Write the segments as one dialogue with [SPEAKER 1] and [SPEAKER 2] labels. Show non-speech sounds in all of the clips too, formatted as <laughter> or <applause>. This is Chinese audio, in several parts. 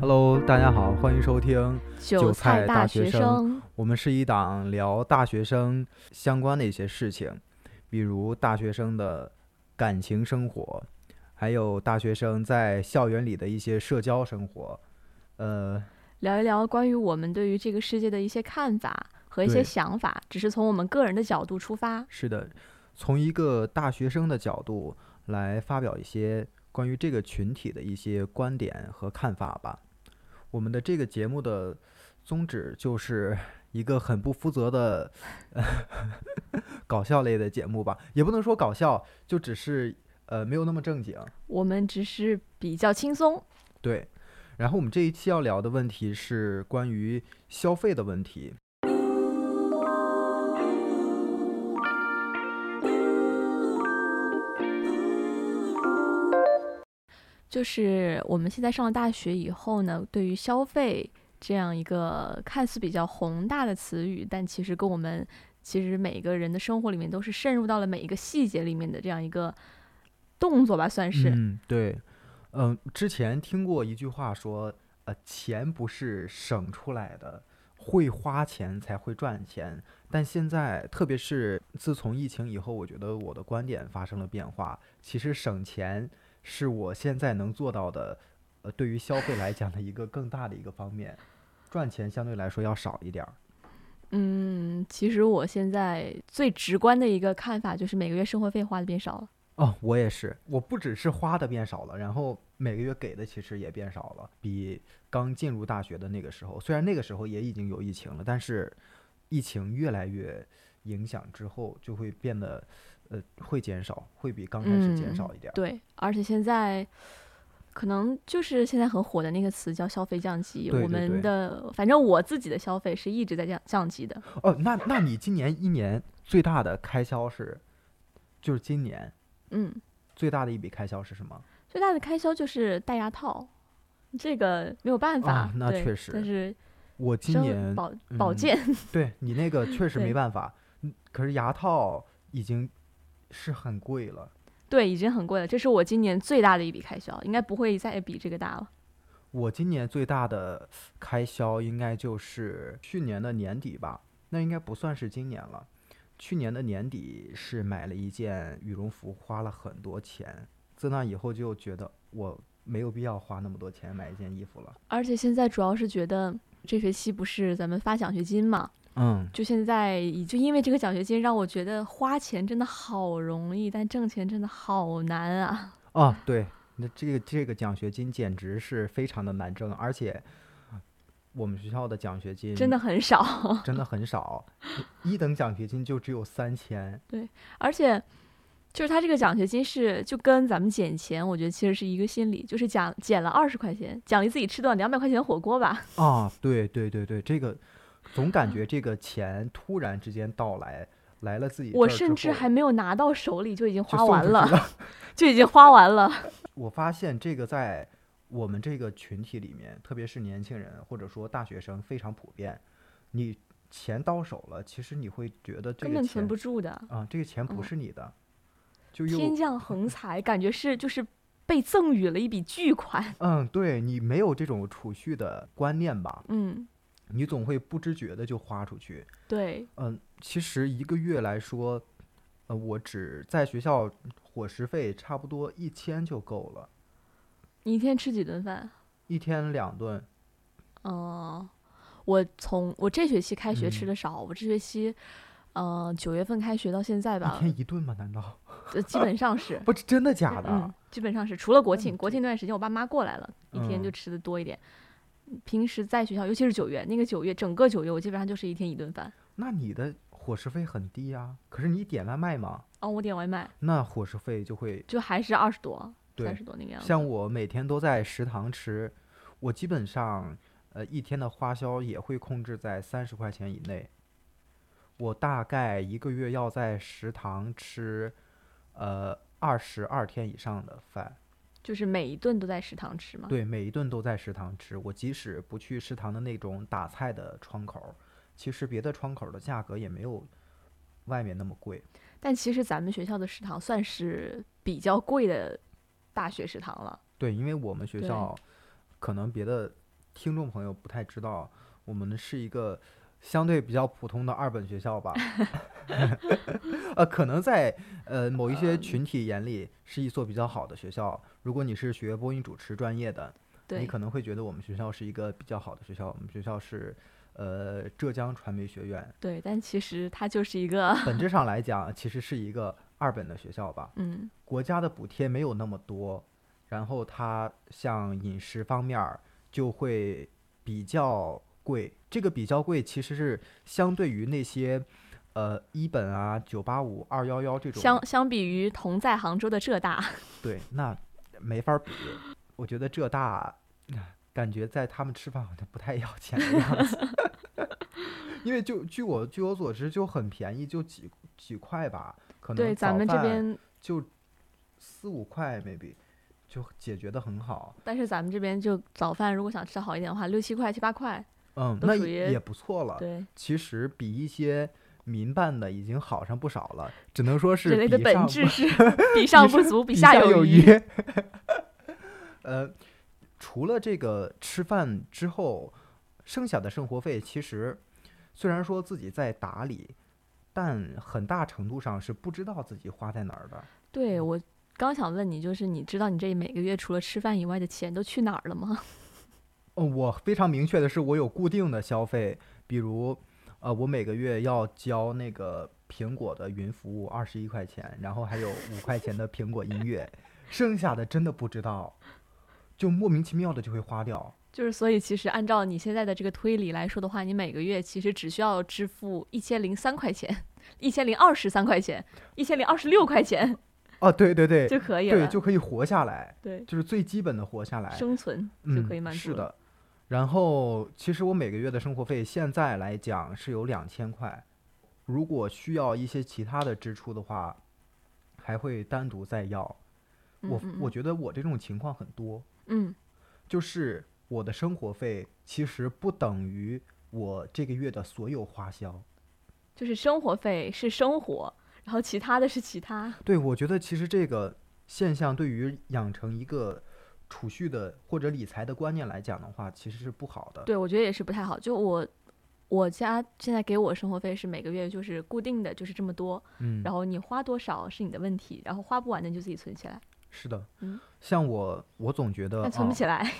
[SPEAKER 1] Hello，大家好，欢迎收听。
[SPEAKER 2] 韭
[SPEAKER 1] 菜大
[SPEAKER 2] 大
[SPEAKER 1] 学生
[SPEAKER 2] 生，
[SPEAKER 1] 我们是一档聊大学生相关的一些事情，比如大学生的感情生活，还有大学生在校园里的一些社交生活。呃，
[SPEAKER 2] 聊一聊关于我们对于这个世界的一些看法和一
[SPEAKER 1] 对
[SPEAKER 2] 些想法，只是从我们个人的角度出发。
[SPEAKER 1] 是的，从一个大学生的角度来发表一些关于这个群体的一些观点和看法吧。我们的这个节目的宗旨就是一个很不负责的、 <laughs> 搞笑类的节目吧，也不能说搞笑，就只是呃没有那么正经。
[SPEAKER 2] 我们只是比较轻松，
[SPEAKER 1] 对，然后我们这一期要聊的问题是关于消费的问题。
[SPEAKER 2] 就是我们现在上了大学以后呢，对于消费这样一个看似比较宏大的词语，但其实跟我们其实每个人的生活里面都是渗入到了每一个细节里面的这样一个动作吧，算是。
[SPEAKER 1] 嗯，对，嗯，之前听过一句话说，呃，钱不是省出来的，会花钱才会赚钱。但现在，特别是自从疫情以后，我觉得我的观点发生了变化。其实省钱是我现在能做到的，呃，对于消费来讲的一个更大的一个方面，赚钱相对来说要少一点儿。
[SPEAKER 2] 嗯，其实我现在最直观的一个看法就是每个月生活费花的变少了。
[SPEAKER 1] 哦，我也是，我不只是花的变少了，然后每个月给的其实也变少了，比刚进入大学的那个时候，虽然那个时候也已经有疫情了，但是疫情越来越影响之后，就会变得呃会减少，会比刚开始减
[SPEAKER 2] 嗯
[SPEAKER 1] 少一点儿。
[SPEAKER 2] 对，而且现在可能就是现在很火的那个词叫消费降级，
[SPEAKER 1] 对对
[SPEAKER 2] 我
[SPEAKER 1] 对
[SPEAKER 2] 们的反正我自己的消费是一直在降降级的。
[SPEAKER 1] 哦，那那你今年一年最大的开销是，就是今年
[SPEAKER 2] 嗯，
[SPEAKER 1] 最大的一笔开销是什么？
[SPEAKER 2] 最大的开销就是戴牙套，这个没有办法。
[SPEAKER 1] 啊那
[SPEAKER 2] 对
[SPEAKER 1] 确实
[SPEAKER 2] 但是
[SPEAKER 1] 我今
[SPEAKER 2] 生
[SPEAKER 1] 年
[SPEAKER 2] 保保
[SPEAKER 1] 嗯
[SPEAKER 2] 健， <laughs>
[SPEAKER 1] 对你那个确实没
[SPEAKER 2] 对
[SPEAKER 1] 办法，嗯可是牙套已经是很贵了。
[SPEAKER 2] 对，已经很贵了，这是我今年最大的一笔开销，应该不会再比这个大了。
[SPEAKER 1] 我今年最大的开销应该就是去年的年底吧，那应该不算是今年了。去年的年底是买了一件羽绒服，花了很多钱。自那以后就觉得我没有必要花那么多钱买一件衣服了。
[SPEAKER 2] 而且现在主要是觉得这学期不是咱们发奖学金嘛，
[SPEAKER 1] 嗯，
[SPEAKER 2] 就现在已就因为这个奖学金，让我觉得花钱真的好容易，但挣钱真的好难啊！
[SPEAKER 1] 啊，对，那这个这个奖学金简直是非常的难挣，而且我们学校的奖学金
[SPEAKER 2] 真的很少， <laughs>
[SPEAKER 1] 真的很少，一等奖学金就只有三千。
[SPEAKER 2] 而且就是他这个奖学金是就跟咱们捡钱，我觉得其实是一个心理，就是奖捡了二十块钱，奖励自己吃顿两百块钱火锅吧。
[SPEAKER 1] 啊，对对对对，这个总感觉这个钱突然之间到来，来了自己
[SPEAKER 2] 我
[SPEAKER 1] 这儿之
[SPEAKER 2] 甚至
[SPEAKER 1] 后
[SPEAKER 2] 还没有拿到手里就已经
[SPEAKER 1] 就
[SPEAKER 2] 花
[SPEAKER 1] 送
[SPEAKER 2] 完
[SPEAKER 1] 出去
[SPEAKER 2] 了， <laughs> 就已经花完了。
[SPEAKER 1] 我发现这个在我们这个群体里面，特别是年轻人或者说大学生非常普遍。你钱到手了，其实你会觉得 <laughs> 这
[SPEAKER 2] 根
[SPEAKER 1] 个
[SPEAKER 2] 本存
[SPEAKER 1] 钱
[SPEAKER 2] 不住的，
[SPEAKER 1] 啊，这个钱不
[SPEAKER 2] 嗯
[SPEAKER 1] 是你的，就
[SPEAKER 2] 天
[SPEAKER 1] 又
[SPEAKER 2] 降横财，感觉是就是被赠予了一笔巨款。
[SPEAKER 1] 嗯，对你没有这种储蓄的观念吧，
[SPEAKER 2] 嗯，
[SPEAKER 1] 你总会不知觉的就花出去。
[SPEAKER 2] 对，
[SPEAKER 1] 嗯，其实一个月来说，呃，我只在学校伙食费差不多一千就够了，
[SPEAKER 2] 你一天吃几顿饭？
[SPEAKER 1] 一天两顿。
[SPEAKER 2] 嗯，我从我这学期开学吃
[SPEAKER 1] 嗯
[SPEAKER 2] 的少，我这学期，呃，九月份开学到现在
[SPEAKER 1] 一
[SPEAKER 2] 吧，
[SPEAKER 1] 天一顿吗？难道 <laughs>，
[SPEAKER 2] 呃基本上是
[SPEAKER 1] 不是真的假的？啊
[SPEAKER 2] 嗯，基本上是，除了国
[SPEAKER 1] 那你
[SPEAKER 2] 庆，国
[SPEAKER 1] 这
[SPEAKER 2] 庆那段时间我爸妈过来了，一天就
[SPEAKER 1] 嗯
[SPEAKER 2] 吃的多一点。平时在学校，尤其是九月，那个九月整个九月，我基本上就是一天一顿饭。
[SPEAKER 1] 那你的伙食费很低啊，可是你点外卖嘛，
[SPEAKER 2] 哦，我点外卖
[SPEAKER 1] 那伙食费就会
[SPEAKER 2] 就还是二十多、三
[SPEAKER 1] 对
[SPEAKER 2] 十。多那个样子。
[SPEAKER 1] 像我每天都在食堂吃，我基本上呃一天的花销也会控制在三十块钱以内。我大概一个月要在食堂吃，呃二十二天以上的饭。
[SPEAKER 2] 就是每一顿都在食堂吃嘛。
[SPEAKER 1] 对，每一顿都在食堂吃。我即使不去食堂的那种打菜的窗口儿，其实别的窗口儿的价格也没有外面那么贵。
[SPEAKER 2] 但其实咱们学校的食堂算是比较贵的大学食堂了。
[SPEAKER 1] 对，因为我们学
[SPEAKER 2] 对
[SPEAKER 1] 校可能别的听众朋友不太知道，我们是一个相对比较普通的二本学校吧。呃，可能在呃某一些群体眼里是一所比较好的学校。如果你是学播音主持专业的，你
[SPEAKER 2] 对
[SPEAKER 1] 可能会觉得我们学校是一个比较好的学校。我们学校是呃浙江传媒学院，
[SPEAKER 2] 对，但其实它就是一个， <laughs>
[SPEAKER 1] 本质上来讲其实是一个二本的学校吧。
[SPEAKER 2] 嗯，
[SPEAKER 1] 国家的补贴没有那么多，然后它像饮食方面儿就会比较贵。这个比较贵其实是相对于那些，呃，一本啊、九八五、二幺幺这种，
[SPEAKER 2] 相相比于同在杭州的浙大，
[SPEAKER 1] 对，那没法儿比。我觉得浙大感觉在他们吃饭好像不太要钱的样子， <laughs> 因为就据我据我所知就很便宜，就几几块吧，可能
[SPEAKER 2] <laughs> 对，咱
[SPEAKER 1] 早
[SPEAKER 2] 们这
[SPEAKER 1] 饭
[SPEAKER 2] 边，
[SPEAKER 1] 就四五块 maybe 就解决的很好，
[SPEAKER 2] 但是咱们这边就早饭如果想吃得好一点的话，六七块、七八块，
[SPEAKER 1] 嗯，
[SPEAKER 2] 都
[SPEAKER 1] 那
[SPEAKER 2] 属于
[SPEAKER 1] 也不错了。
[SPEAKER 2] 对，
[SPEAKER 1] 其实比一些民办的已经好上不少了，只能说
[SPEAKER 2] 人
[SPEAKER 1] 是
[SPEAKER 2] 类的
[SPEAKER 1] 比
[SPEAKER 2] 本
[SPEAKER 1] 上 <laughs>
[SPEAKER 2] 质是比上不足，
[SPEAKER 1] 比
[SPEAKER 2] 下
[SPEAKER 1] 有
[SPEAKER 2] 余。。 <laughs>
[SPEAKER 1] 呃，除了这个吃饭之后，剩下的生活费其实虽然说自己在打理，但很大程度上是不知道自己花在哪儿的。
[SPEAKER 2] 对我刚想问你，就是你知道你这每个月除了吃饭以外的钱都去哪儿了吗？ <laughs>
[SPEAKER 1] 哦，我非常明确的是，我有固定的消费，比如，呃，我每个月要交那个苹果的云服务二十一块钱，然后还有五块钱的苹果音乐，剩下的真的不知道，就莫名其妙的就会花掉。
[SPEAKER 2] 就是所以其实按照你现在的这个推理来说的话，你每个月其实只需要支付一千零三块钱、一千零二十三块钱、一千零二十六块钱 <laughs>
[SPEAKER 1] 哦，对对对，
[SPEAKER 2] 就可以了。
[SPEAKER 1] 对，就可以活下来，
[SPEAKER 2] 对
[SPEAKER 1] 就是最基本的活下来，
[SPEAKER 2] 生存就
[SPEAKER 1] 嗯
[SPEAKER 2] 可以满足、
[SPEAKER 1] 是，的。然后，其实我每个月的生活费现在来讲是有两千块，如果需要一些其他的支出的话，还会单独再要。
[SPEAKER 2] 嗯
[SPEAKER 1] 我
[SPEAKER 2] 嗯
[SPEAKER 1] 我
[SPEAKER 2] 嗯
[SPEAKER 1] 觉得我这种情况很多，
[SPEAKER 2] 嗯
[SPEAKER 1] 就是我的生活费其实不等于我这个月的所有花销。
[SPEAKER 2] 就是生活费是生活，然后其他的是其他。
[SPEAKER 1] 对，我觉得其实这个现象对于养成一个储蓄的或者理财的观念来讲的话，其实是不好的。
[SPEAKER 2] 对，我觉得也是不太好。就我我家现在给我生活费是每个月就是固定的，就是这么多，
[SPEAKER 1] 嗯，
[SPEAKER 2] 然后你花多少是你的问题，然后花不完的你就自己存起来，
[SPEAKER 1] 是的，
[SPEAKER 2] 嗯
[SPEAKER 1] 像我，我总觉得
[SPEAKER 2] 但存不
[SPEAKER 1] 啊
[SPEAKER 2] 起来，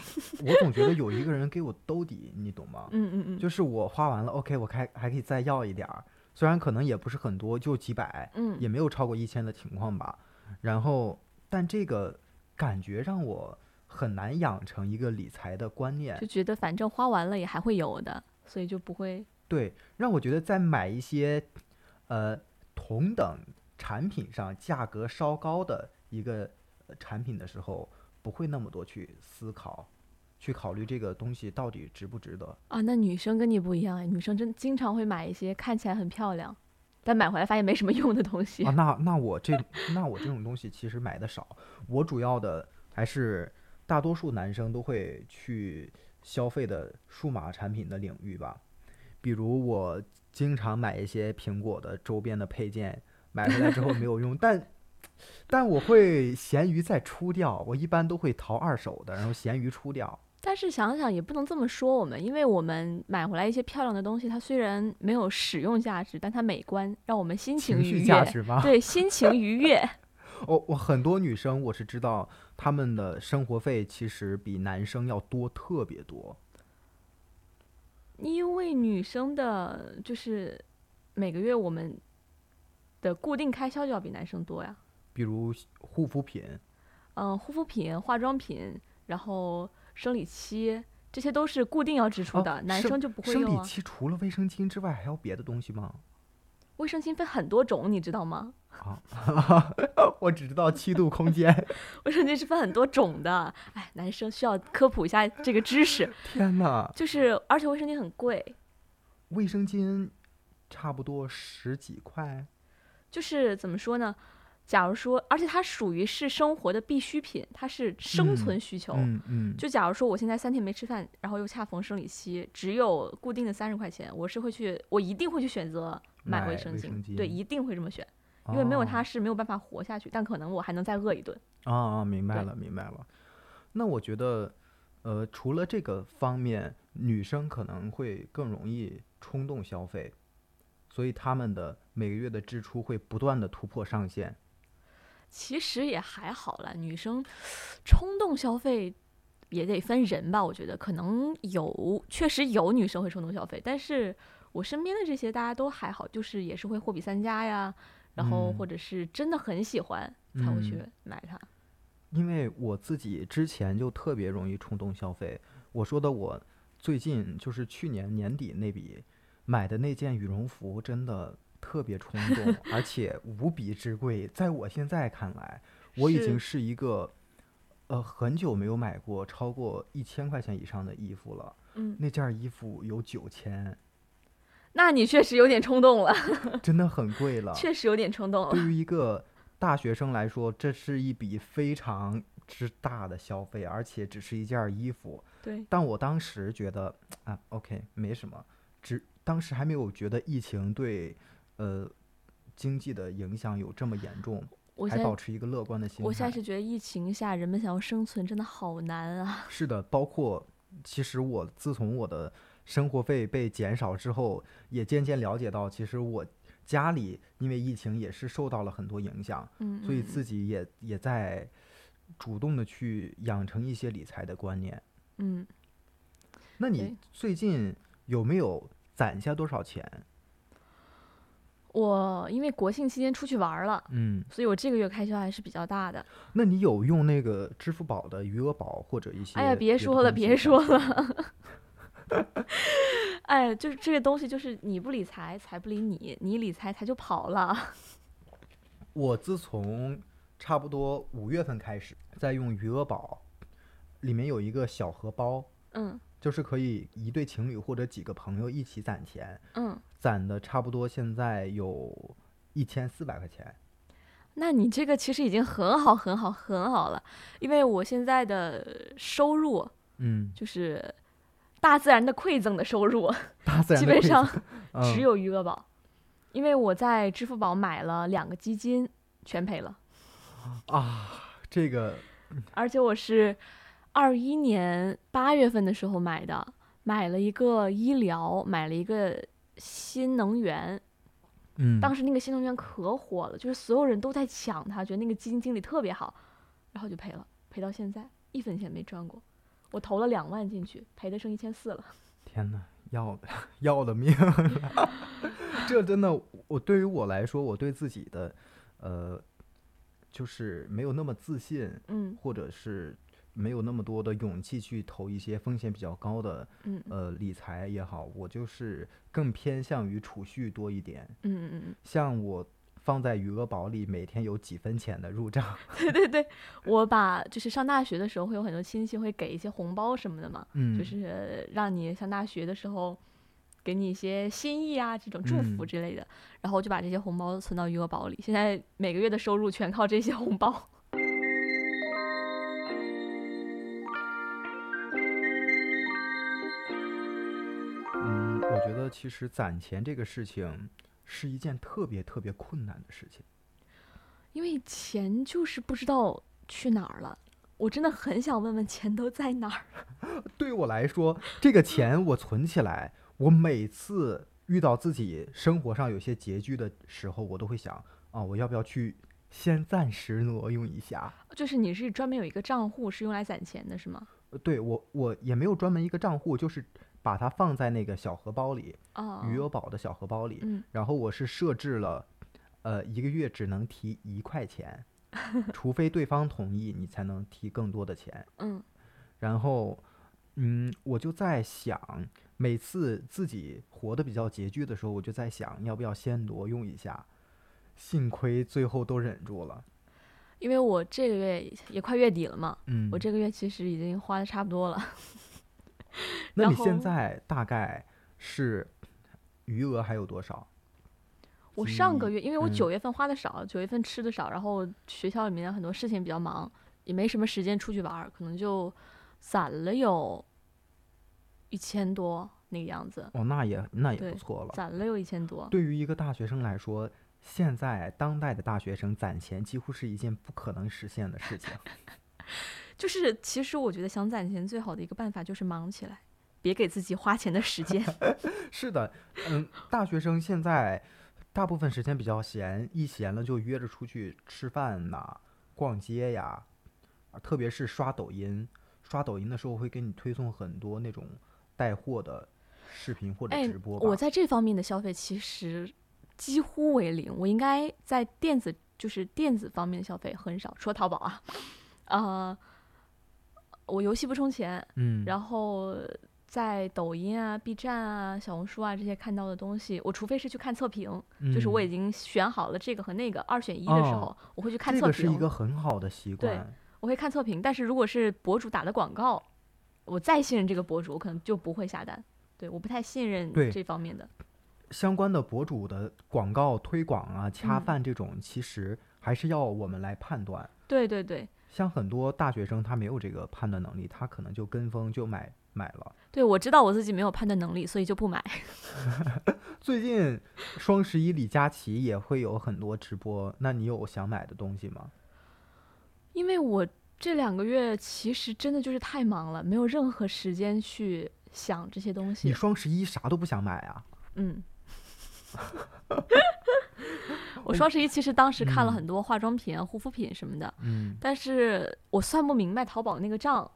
[SPEAKER 2] <laughs>
[SPEAKER 1] 我总觉得有一个人给我兜底，你懂吗？
[SPEAKER 2] 嗯嗯嗯，
[SPEAKER 1] 就是我花完了，OK，我还还可以再要一点儿，虽然可能也不是很多，就几百，
[SPEAKER 2] 嗯
[SPEAKER 1] 也没有超过一千的情况吧。然后，但这个感觉让我很难养成一个理财的观念
[SPEAKER 2] 就，觉得反正花完了也还会有的，所以就不会。
[SPEAKER 1] 对，让我觉得在买一些呃同等产品上价格稍高的一个呃产品的时候，不会那么多去思考，去考虑这个东西到底值不值得。
[SPEAKER 2] 啊，那女生跟你不一样哎，女生真经常会买一些看起来很漂亮，但买回来发现没什么用的东西。
[SPEAKER 1] 啊，那那我这那我这种东西其实买的少，我主要的还是大多数男生都会去消费的数码产品的领域吧，比如我经常买一些苹果的周边的配件，买回来之后没有用， <laughs> 但但我会闲鱼再出掉，我一般都会淘二手的，然后闲鱼出掉。
[SPEAKER 2] 但是想想也不能这么说我们，因为我们买回来一些漂亮的东西，它虽然没有使用价值，但它美观，让我们心情
[SPEAKER 1] 情
[SPEAKER 2] 愉
[SPEAKER 1] 绪价
[SPEAKER 2] 悦。
[SPEAKER 1] 值吗？
[SPEAKER 2] 对，心情愉悦。 <laughs>
[SPEAKER 1] 我、我很多女生我是知道，她们的生活费其实比男生要多特别多。
[SPEAKER 2] 因为女生的就是每个月我们的固定开销就要比男生多呀，
[SPEAKER 1] 比如护肤品，
[SPEAKER 2] 嗯，护肤品、化妆品，然后生理期，这些都是固定要支出
[SPEAKER 1] 哦
[SPEAKER 2] 的，男
[SPEAKER 1] 生
[SPEAKER 2] 生就不会
[SPEAKER 1] 生
[SPEAKER 2] 用
[SPEAKER 1] 理
[SPEAKER 2] 啊。
[SPEAKER 1] 期除了卫生巾之外，还有别的东西吗？ <laughs>
[SPEAKER 2] 卫生巾分很多种，你知道吗？ <laughs>
[SPEAKER 1] 我只知道七度空间。 <laughs>
[SPEAKER 2] 卫生巾是分很多种的，哎，男生需要科普一下这个知识，
[SPEAKER 1] 天哪，
[SPEAKER 2] 就是而且卫生巾很贵，
[SPEAKER 1] 卫生巾差不多十几块。
[SPEAKER 2] 就是怎么说呢？假如说，而且它属于是生活的必需品，它是生存需求。
[SPEAKER 1] 嗯嗯，
[SPEAKER 2] 就假如说我现在三天没吃饭，然后又恰逢生理期，只有固定的三十块钱，我是会去，我一定会去选择买
[SPEAKER 1] 买
[SPEAKER 2] 卫生
[SPEAKER 1] 卫
[SPEAKER 2] 巾，
[SPEAKER 1] 生巾哦
[SPEAKER 2] 对，一定会这么选，因为没有它是没有办法活下去，但可能我还能再饿一顿。
[SPEAKER 1] 哦哦啊啊，明白
[SPEAKER 2] 对
[SPEAKER 1] 了明白了。那我觉得呃，除了这个方面，女生可能会更容易冲动消费，所以她们的每个月的支出会不断的突破上限。
[SPEAKER 2] 其实也还好啦，女生冲动消费也得分人吧，我觉得可能有，确实有女生会冲动消费，但是我身边的这些大家都还好，就是也是会货比三家呀，然后
[SPEAKER 1] 嗯
[SPEAKER 2] 或者是真的很喜欢才会去买它。
[SPEAKER 1] 因为我自己之前就特别容易冲动消费，我说的我最近就是去年年底那笔买的那件羽绒服真的特别冲
[SPEAKER 2] <laughs>
[SPEAKER 1] 动，而且无比之贵。在我现在看来，我已
[SPEAKER 2] 是
[SPEAKER 1] 经是一个呃很久没有买过超过一千块钱以上的衣服了。
[SPEAKER 2] 嗯，
[SPEAKER 1] 那件儿衣服有九千，
[SPEAKER 2] 那你确实有点冲动
[SPEAKER 1] 啊
[SPEAKER 2] 了，
[SPEAKER 1] 真的很贵了。
[SPEAKER 2] 确实有点冲动了。
[SPEAKER 1] 对于一个大学生来说，这是一笔非常之大的消费，而且只是一件儿衣服。
[SPEAKER 2] 对，
[SPEAKER 1] 但我当时觉得啊，OK，没什么，只当时还没有觉得疫情对呃经济的影响有这么严重，
[SPEAKER 2] 我现
[SPEAKER 1] 还
[SPEAKER 2] 在
[SPEAKER 1] 保持一个乐观的心态。
[SPEAKER 2] 我现在是觉得疫情下人们想要生存真的好难啊。
[SPEAKER 1] 是的，包括其实我自从我的生活费被减少之后，也渐渐了解到，其实我家里因为疫情也是受到了很多影响，
[SPEAKER 2] 嗯，
[SPEAKER 1] 所以
[SPEAKER 2] 嗯
[SPEAKER 1] 自己也也在主动的去养成一些理财的观念。
[SPEAKER 2] 嗯，
[SPEAKER 1] 那
[SPEAKER 2] 对
[SPEAKER 1] 你最近有没有攒下多少钱？
[SPEAKER 2] 我因为国庆期间出去玩儿了，
[SPEAKER 1] 嗯，
[SPEAKER 2] 所以我这个月开销还是比较大的。
[SPEAKER 1] 那你有用那个支付宝的余额宝或者一些？
[SPEAKER 2] 哎呀，别说了，别说。了。哎，就是这个东西，就是你不理财，财不理你；你理财，财就跑了。
[SPEAKER 1] <laughs> 我自从差不多五月份开始在用余额宝，里面有一个小荷包，
[SPEAKER 2] 嗯
[SPEAKER 1] 就是可以一对情侣或者几个朋友一起攒钱，
[SPEAKER 2] 嗯，
[SPEAKER 1] 攒的差不多现在有一千四百块钱。
[SPEAKER 2] 那你这个其实已经很好、很好、很好了，因为我现在的收入
[SPEAKER 1] 嗯，
[SPEAKER 2] 就是大自然的馈赠的收入，
[SPEAKER 1] 大自然
[SPEAKER 2] 基
[SPEAKER 1] 的
[SPEAKER 2] 本
[SPEAKER 1] 馈
[SPEAKER 2] 上
[SPEAKER 1] 赠嗯
[SPEAKER 2] 只有余额宝，因为我在支付宝买了两个基金，全赔了，
[SPEAKER 1] 啊，这个
[SPEAKER 2] 而且我是二一年八月份的时候买的，买了一个医疗，买了一个新能源，
[SPEAKER 1] 嗯，
[SPEAKER 2] 当时那个新能源可火了，就是所有人都在抢它，觉得那个基金经理特别好，然后就赔了，赔到现在一分钱没赚过。我投了两万进去，赔的剩一千四了。
[SPEAKER 1] 天呐，要 <laughs> 要了命了！ <laughs> 这真的，我对于我来说，我对自己的，呃，就是没有那么自信，
[SPEAKER 2] 嗯
[SPEAKER 1] 或者是没有那么多的勇气去投一些风险比较高的，
[SPEAKER 2] 嗯嗯
[SPEAKER 1] 呃，理财也好，我就是更偏向于储蓄多一点。
[SPEAKER 2] 嗯嗯嗯。
[SPEAKER 1] 像我放在余额宝里，每天有几分钱的入
[SPEAKER 2] <laughs>
[SPEAKER 1] 账，
[SPEAKER 2] <laughs> 对对对，我把就是上大学的时候会有很多亲戚会给一些红包什么的嘛，
[SPEAKER 1] 嗯，
[SPEAKER 2] 就是让你上大学的时候给你一些心意啊，这种祝福
[SPEAKER 1] 嗯
[SPEAKER 2] 之类的。然后我就把这些红包存到余额宝里，现在每个月的收入全靠这些红包。
[SPEAKER 1] 嗯，我觉得其实攒钱这个事情是一件特别特别困难的事情。
[SPEAKER 2] 因为钱就是不知道去哪儿了，我真的很想问问钱都在哪儿。
[SPEAKER 1] 对我来说，这个钱我存起来，我每次遇到自己生活上有些拮据的时候，我都会想啊，我要不要去先暂时挪用一下？
[SPEAKER 2] <laughs> 就是你是专门有一个账户是用来攒钱的，是吗？
[SPEAKER 1] 呃对我，我也没有专门一个账户，就是把它放在那个小荷包里，
[SPEAKER 2] 啊、
[SPEAKER 1] 余额宝的小荷包里。
[SPEAKER 2] 嗯
[SPEAKER 1] 然后我是设置了，呃，一个月只能提一块钱，除非对方同意，你才能提更多的钱。
[SPEAKER 2] 嗯
[SPEAKER 1] 然后，嗯，我就在想，每次自己活得比较拮据的时候，我就在想，要不要先挪用一下。幸亏最后都忍住了。
[SPEAKER 2] 因为我这个月也快月底了嘛，
[SPEAKER 1] 嗯，
[SPEAKER 2] 我这个月其实已经花的差不多了，
[SPEAKER 1] 那
[SPEAKER 2] 然
[SPEAKER 1] 你现
[SPEAKER 2] 后
[SPEAKER 1] 在大概是余额还有多少？
[SPEAKER 2] 我
[SPEAKER 1] 所
[SPEAKER 2] 上个
[SPEAKER 1] 以
[SPEAKER 2] 月因为我
[SPEAKER 1] 嗯
[SPEAKER 2] 九月份花的少，九、月份吃的少，然后学校里面很多事情比较忙，也没什么时间出去玩儿，可能就攒了有一千多那个样子，
[SPEAKER 1] 哦，那也那也
[SPEAKER 2] 对
[SPEAKER 1] 不错了。
[SPEAKER 2] 攒了有一千多。
[SPEAKER 1] 对于一个大学生来说，现在当代的大学生攒钱几乎是一件不可能实现的事情。
[SPEAKER 2] 就是其实我觉得想攒钱最好的一个办法就是忙起来，别给自己花钱的
[SPEAKER 1] <laughs>
[SPEAKER 2] 时间。
[SPEAKER 1] 是的，嗯，大学生现在大部分时间比较闲，一闲了就约着出去吃饭呐、逛街呀，啊特别是刷抖音，刷抖音的时候会给你推送很多那种带货的视频或者
[SPEAKER 2] 哎
[SPEAKER 1] 直播吧。
[SPEAKER 2] 我在这方面的消费其实几乎为零，我应该在电子就是电子方面的消费很少，除了淘宝啊，呃，我游戏不充钱，
[SPEAKER 1] 嗯，
[SPEAKER 2] 然后在抖音啊、B 站啊、小红书啊这些看到的东西，我除非是去看测评，就是我
[SPEAKER 1] 嗯
[SPEAKER 2] 已经选好了这个和那个二选一的时候，
[SPEAKER 1] 哦
[SPEAKER 2] 我会去看
[SPEAKER 1] 这
[SPEAKER 2] 测
[SPEAKER 1] 个是
[SPEAKER 2] 评，
[SPEAKER 1] 一个很好的习
[SPEAKER 2] 对
[SPEAKER 1] 惯。
[SPEAKER 2] 我会看测评，但是如果是博主打的广告，我再信任这个博主，我可能就不会下单。对，我不太信任
[SPEAKER 1] 对
[SPEAKER 2] 这方面的。
[SPEAKER 1] 相关的博主的广告推广啊、恰
[SPEAKER 2] 嗯
[SPEAKER 1] 饭这种，其实还是要我们来判断。
[SPEAKER 2] 对对对
[SPEAKER 1] 像很多大学生，他没有这个判断能力，他可能就跟风就买买了。
[SPEAKER 2] 对，我知道我自己没有判断能力，所以就不买。 <laughs>
[SPEAKER 1] 最近双十一李佳琦也会有很多直播，那你有想买的东西吗？
[SPEAKER 2] 因为我这两个月其实真的就是太忙了，没有任何时间去想这些东
[SPEAKER 1] 你
[SPEAKER 2] 西。
[SPEAKER 1] 双十一啥都不想买啊？
[SPEAKER 2] 嗯， <laughs> 我双十一其实当时看了
[SPEAKER 1] 嗯
[SPEAKER 2] 很多化妆品啊、护肤品什么的，
[SPEAKER 1] 嗯，
[SPEAKER 2] 但是我算不明白淘宝那个账，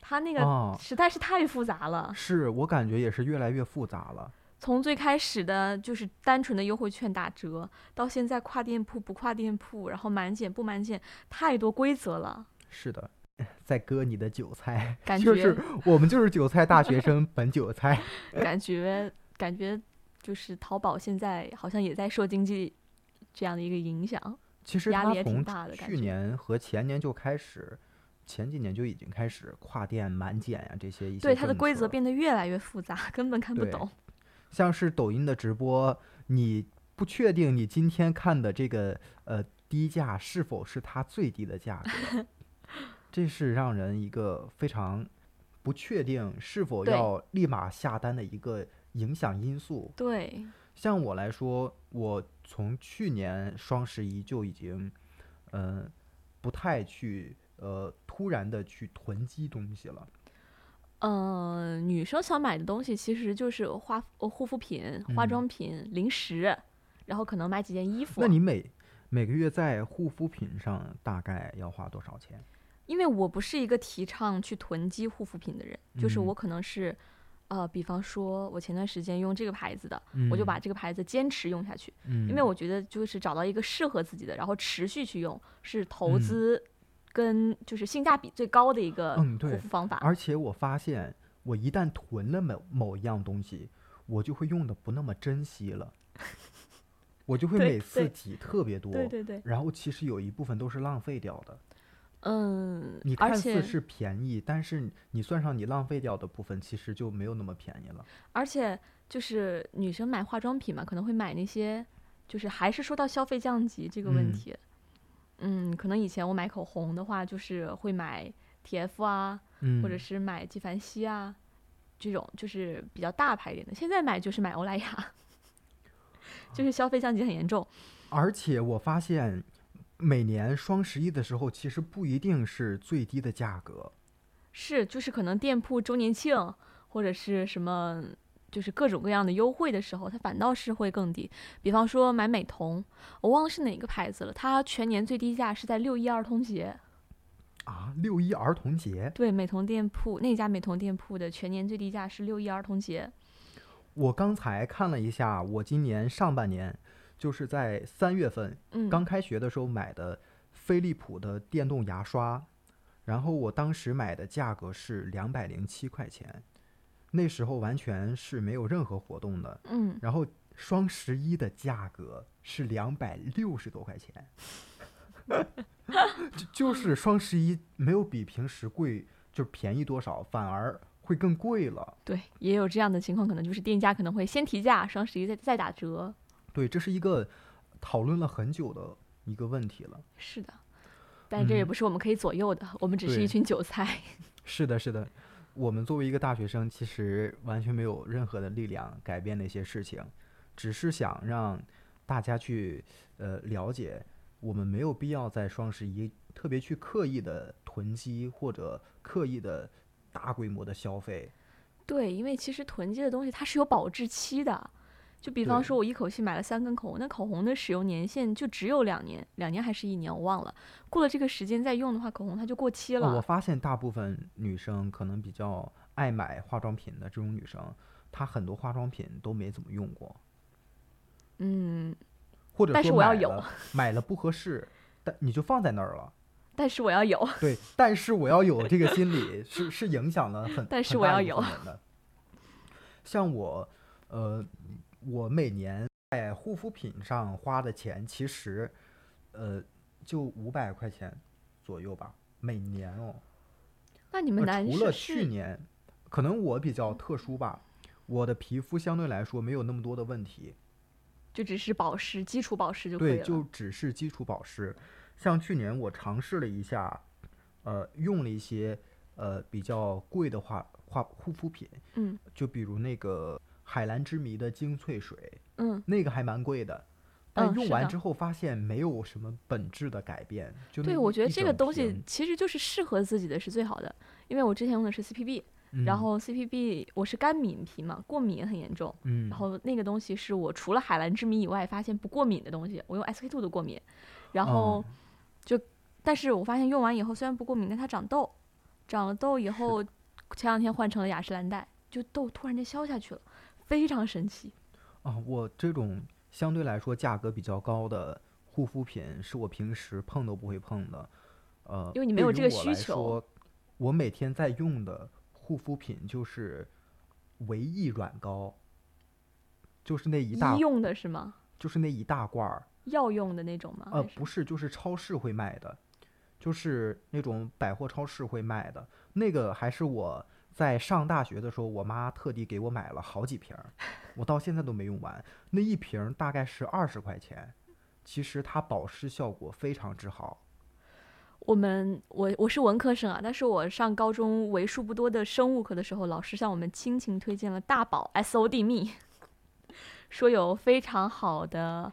[SPEAKER 2] 它那个
[SPEAKER 1] 啊，
[SPEAKER 2] 实在是太复杂了。
[SPEAKER 1] 是我感觉也是越来越复杂了。
[SPEAKER 2] 从最开始的就是单纯的优惠券打折，到现在跨店铺不跨店铺，然后满减不满减，太多规则了，
[SPEAKER 1] 是的， <laughs> 在割你的韭菜，
[SPEAKER 2] 感觉、
[SPEAKER 1] 就是 <laughs> 我们就是韭菜大学生本韭菜。
[SPEAKER 2] 感觉感觉就是淘宝现在好像也在受经济这样的一个影响。
[SPEAKER 1] 其实
[SPEAKER 2] 压
[SPEAKER 1] 他
[SPEAKER 2] 力也挺
[SPEAKER 1] 从
[SPEAKER 2] 大的感
[SPEAKER 1] 去
[SPEAKER 2] 觉
[SPEAKER 1] 年和前年就开始，前几年就已经开始跨店满减呀、这些一些
[SPEAKER 2] 对它的
[SPEAKER 1] 政
[SPEAKER 2] 规则
[SPEAKER 1] 策
[SPEAKER 2] 变得越来越复杂，根本看不
[SPEAKER 1] 对
[SPEAKER 2] 懂。
[SPEAKER 1] 像是抖音的直播，你不确定你今天看的这个呃低价是否是它最低的价格，这是让人一个非常不确定是否
[SPEAKER 2] 对
[SPEAKER 1] 要立马下单的一个影响因素。
[SPEAKER 2] 对，
[SPEAKER 1] 像我来说，我从去年双十一就已经，嗯、不太去呃突然的去囤积东西了。
[SPEAKER 2] 嗯、女生想买的东西其实就是化呃护肤品、化
[SPEAKER 1] 嗯
[SPEAKER 2] 妆品、零食，然后可能买几件衣服。
[SPEAKER 1] 那你每每个月在护肤品上大概要花多少钱？
[SPEAKER 2] 因为我不是一个提倡去囤积护肤品的人，就是
[SPEAKER 1] 嗯
[SPEAKER 2] 我可能是，呃，比方说我前段时间用这个牌子的，我就把这个牌子坚持用下去，
[SPEAKER 1] 嗯，
[SPEAKER 2] 因为我觉得就是找到一个适合自己的，然后持续去用是投
[SPEAKER 1] 嗯
[SPEAKER 2] 资跟就是性价比最高的一个
[SPEAKER 1] 嗯
[SPEAKER 2] 护
[SPEAKER 1] 对
[SPEAKER 2] 肤方法。
[SPEAKER 1] 而且我发现，我一旦囤了某某一样东西，我就会用的不那么珍惜了，我就会
[SPEAKER 2] 对
[SPEAKER 1] 每次
[SPEAKER 2] 对
[SPEAKER 1] 挤特别多，
[SPEAKER 2] 对对对，
[SPEAKER 1] 然后其实有一部分都是浪费掉的。
[SPEAKER 2] 嗯
[SPEAKER 1] 你，
[SPEAKER 2] 而
[SPEAKER 1] 看似
[SPEAKER 2] 且
[SPEAKER 1] 是便宜，但是你你算上你浪费掉的部分，其实就没有那么便宜了。
[SPEAKER 2] 而且就是女生买化妆品嘛，可能会买那些，就是还是说到消费降级这个问
[SPEAKER 1] 嗯
[SPEAKER 2] 题，嗯可能以前我买口红的话，就是会买 TF 啊，
[SPEAKER 1] 嗯，
[SPEAKER 2] 或者是买纪梵希啊，这种就是比较大牌一点的。现在买就是买欧莱雅， <laughs> 就是消费降级很严重。
[SPEAKER 1] 而且我发现，每年双十一的时候，其实不一定是最低的价格。
[SPEAKER 2] 是，就是可能店铺周年庆或者是什么，就是各种各样的优惠的时候，它反倒是会更低。比方说买美瞳，我忘了是哪个牌子了，它全年最低价是在六一儿童节。
[SPEAKER 1] 啊，六一儿童节，
[SPEAKER 2] 对，美瞳店铺那家美瞳店铺的全年最低价是六一儿童节。
[SPEAKER 1] 我刚才看了一下，我今年上半年就是在三月份
[SPEAKER 2] 嗯，
[SPEAKER 1] 刚开学的时候买的飞利浦的电动牙刷，然后我当时买的价格是两百零七块钱，那时候完全是没有任何活动的。
[SPEAKER 2] 嗯，
[SPEAKER 1] 然后双十一的价格是两百六十多块钱，就就是双十一没有比平时贵，就便宜多少，反而会更贵了。
[SPEAKER 2] 对，也有这样的情况，可能就是店家可能会先提价，双十一再再打折。
[SPEAKER 1] 对，这是一个讨论了很久的一个问题了。
[SPEAKER 2] 是的，但是这也
[SPEAKER 1] 嗯
[SPEAKER 2] 不是我们可以左右的，我们只是一
[SPEAKER 1] 对
[SPEAKER 2] 群韭菜。
[SPEAKER 1] 是的，是的，我们作为一个大学生，其实完全没有任何的力量改变那些事情，只是想让大家去呃了解我们没有必要在双十一特别去刻意的囤积或者刻意的大规模的消费。
[SPEAKER 2] 对，因为其实囤积的东西它是有保质期的，就比方
[SPEAKER 1] 对
[SPEAKER 2] 说我一口气买了三根口红，那口红的使用年限就只有两年，两年还是一年我忘了。过了这个时间再用的话，口红它就过期了。
[SPEAKER 1] 呃我发现大部分女生可能比较爱买化妆品的这种女生，她很多化妆品都没怎么用过，
[SPEAKER 2] 嗯，
[SPEAKER 1] 或者
[SPEAKER 2] 但
[SPEAKER 1] 说
[SPEAKER 2] 是我要
[SPEAKER 1] 买
[SPEAKER 2] 有
[SPEAKER 1] 了买了不合适，但你就放在那儿了。
[SPEAKER 2] 但是我
[SPEAKER 1] <laughs>
[SPEAKER 2] 要有，
[SPEAKER 1] 对，但是我要有这个心理是是影响了很，
[SPEAKER 2] 但是
[SPEAKER 1] 很
[SPEAKER 2] 我
[SPEAKER 1] 大
[SPEAKER 2] 要
[SPEAKER 1] 一部
[SPEAKER 2] 有
[SPEAKER 1] 分人的。像我，呃，我每年在护肤品上花的钱，其实，呃，就五百块钱左右吧，每年哦。
[SPEAKER 2] 那你们
[SPEAKER 1] 呃
[SPEAKER 2] 男
[SPEAKER 1] 除了
[SPEAKER 2] 士
[SPEAKER 1] 去
[SPEAKER 2] 是
[SPEAKER 1] 年，可能我比较特殊吧，我的皮肤相对来说没有那么多的问题，
[SPEAKER 2] 就只是保湿，基础保湿就可以
[SPEAKER 1] 对，
[SPEAKER 2] 了。
[SPEAKER 1] 就只是基础保湿。像去年我尝试了一下，呃，用了一些呃比较贵的化化护肤品，
[SPEAKER 2] 嗯
[SPEAKER 1] 就比如那个海蓝之谜的精粹水，
[SPEAKER 2] 嗯，
[SPEAKER 1] 那个还蛮贵的。但
[SPEAKER 2] 嗯
[SPEAKER 1] 用
[SPEAKER 2] 是
[SPEAKER 1] 完
[SPEAKER 2] 的
[SPEAKER 1] 之后发现没有什么本质的改变，就那
[SPEAKER 2] 对，
[SPEAKER 1] 一
[SPEAKER 2] 我觉得
[SPEAKER 1] 一
[SPEAKER 2] 这个
[SPEAKER 1] 整
[SPEAKER 2] 东西
[SPEAKER 1] 瓶
[SPEAKER 2] 其实就是适合自己的是最好的，因为我之前用的是 CPB，、然
[SPEAKER 1] 嗯
[SPEAKER 2] 后 CPB 我是干敏皮嘛，过敏很严重。
[SPEAKER 1] 嗯，
[SPEAKER 2] 然后那个东西是我除了海蓝之谜以外发现不过敏的东西，我用 SK two 都过敏，然后
[SPEAKER 1] 嗯
[SPEAKER 2] 就，但是我发现用完以后虽然不过敏，但它长痘，长了痘以后，前两天换成了雅诗兰黛，就痘突然间消下去了，非常神奇。
[SPEAKER 1] 啊，我这种相对来说价格比较高的护肤品，是我平时碰都不会碰的。呃，
[SPEAKER 2] 因为你没
[SPEAKER 1] 对
[SPEAKER 2] 有
[SPEAKER 1] 于
[SPEAKER 2] 这个
[SPEAKER 1] 我
[SPEAKER 2] 需
[SPEAKER 1] 来
[SPEAKER 2] 求
[SPEAKER 1] 说。我每天在用的护肤品就是维 E 软膏，就是那一大
[SPEAKER 2] 医，用的是吗？
[SPEAKER 1] 就是那一大罐儿。
[SPEAKER 2] 药用的那种吗？
[SPEAKER 1] 呃，
[SPEAKER 2] 啊还是
[SPEAKER 1] 不是，就是超市会卖的，就是那种百货超市会卖的。那个还是我在上大学的时候，我妈特地给我买了好几瓶儿，我到现在都没用完。那一瓶儿大概是二十块钱，其实它保湿效果非常之好。
[SPEAKER 2] 我们我我是文科生啊，但是我上高中为数不多的生物课的时候，老师向我们亲情推荐了大宝 SOD 蜜， <laughs> 说有非常好的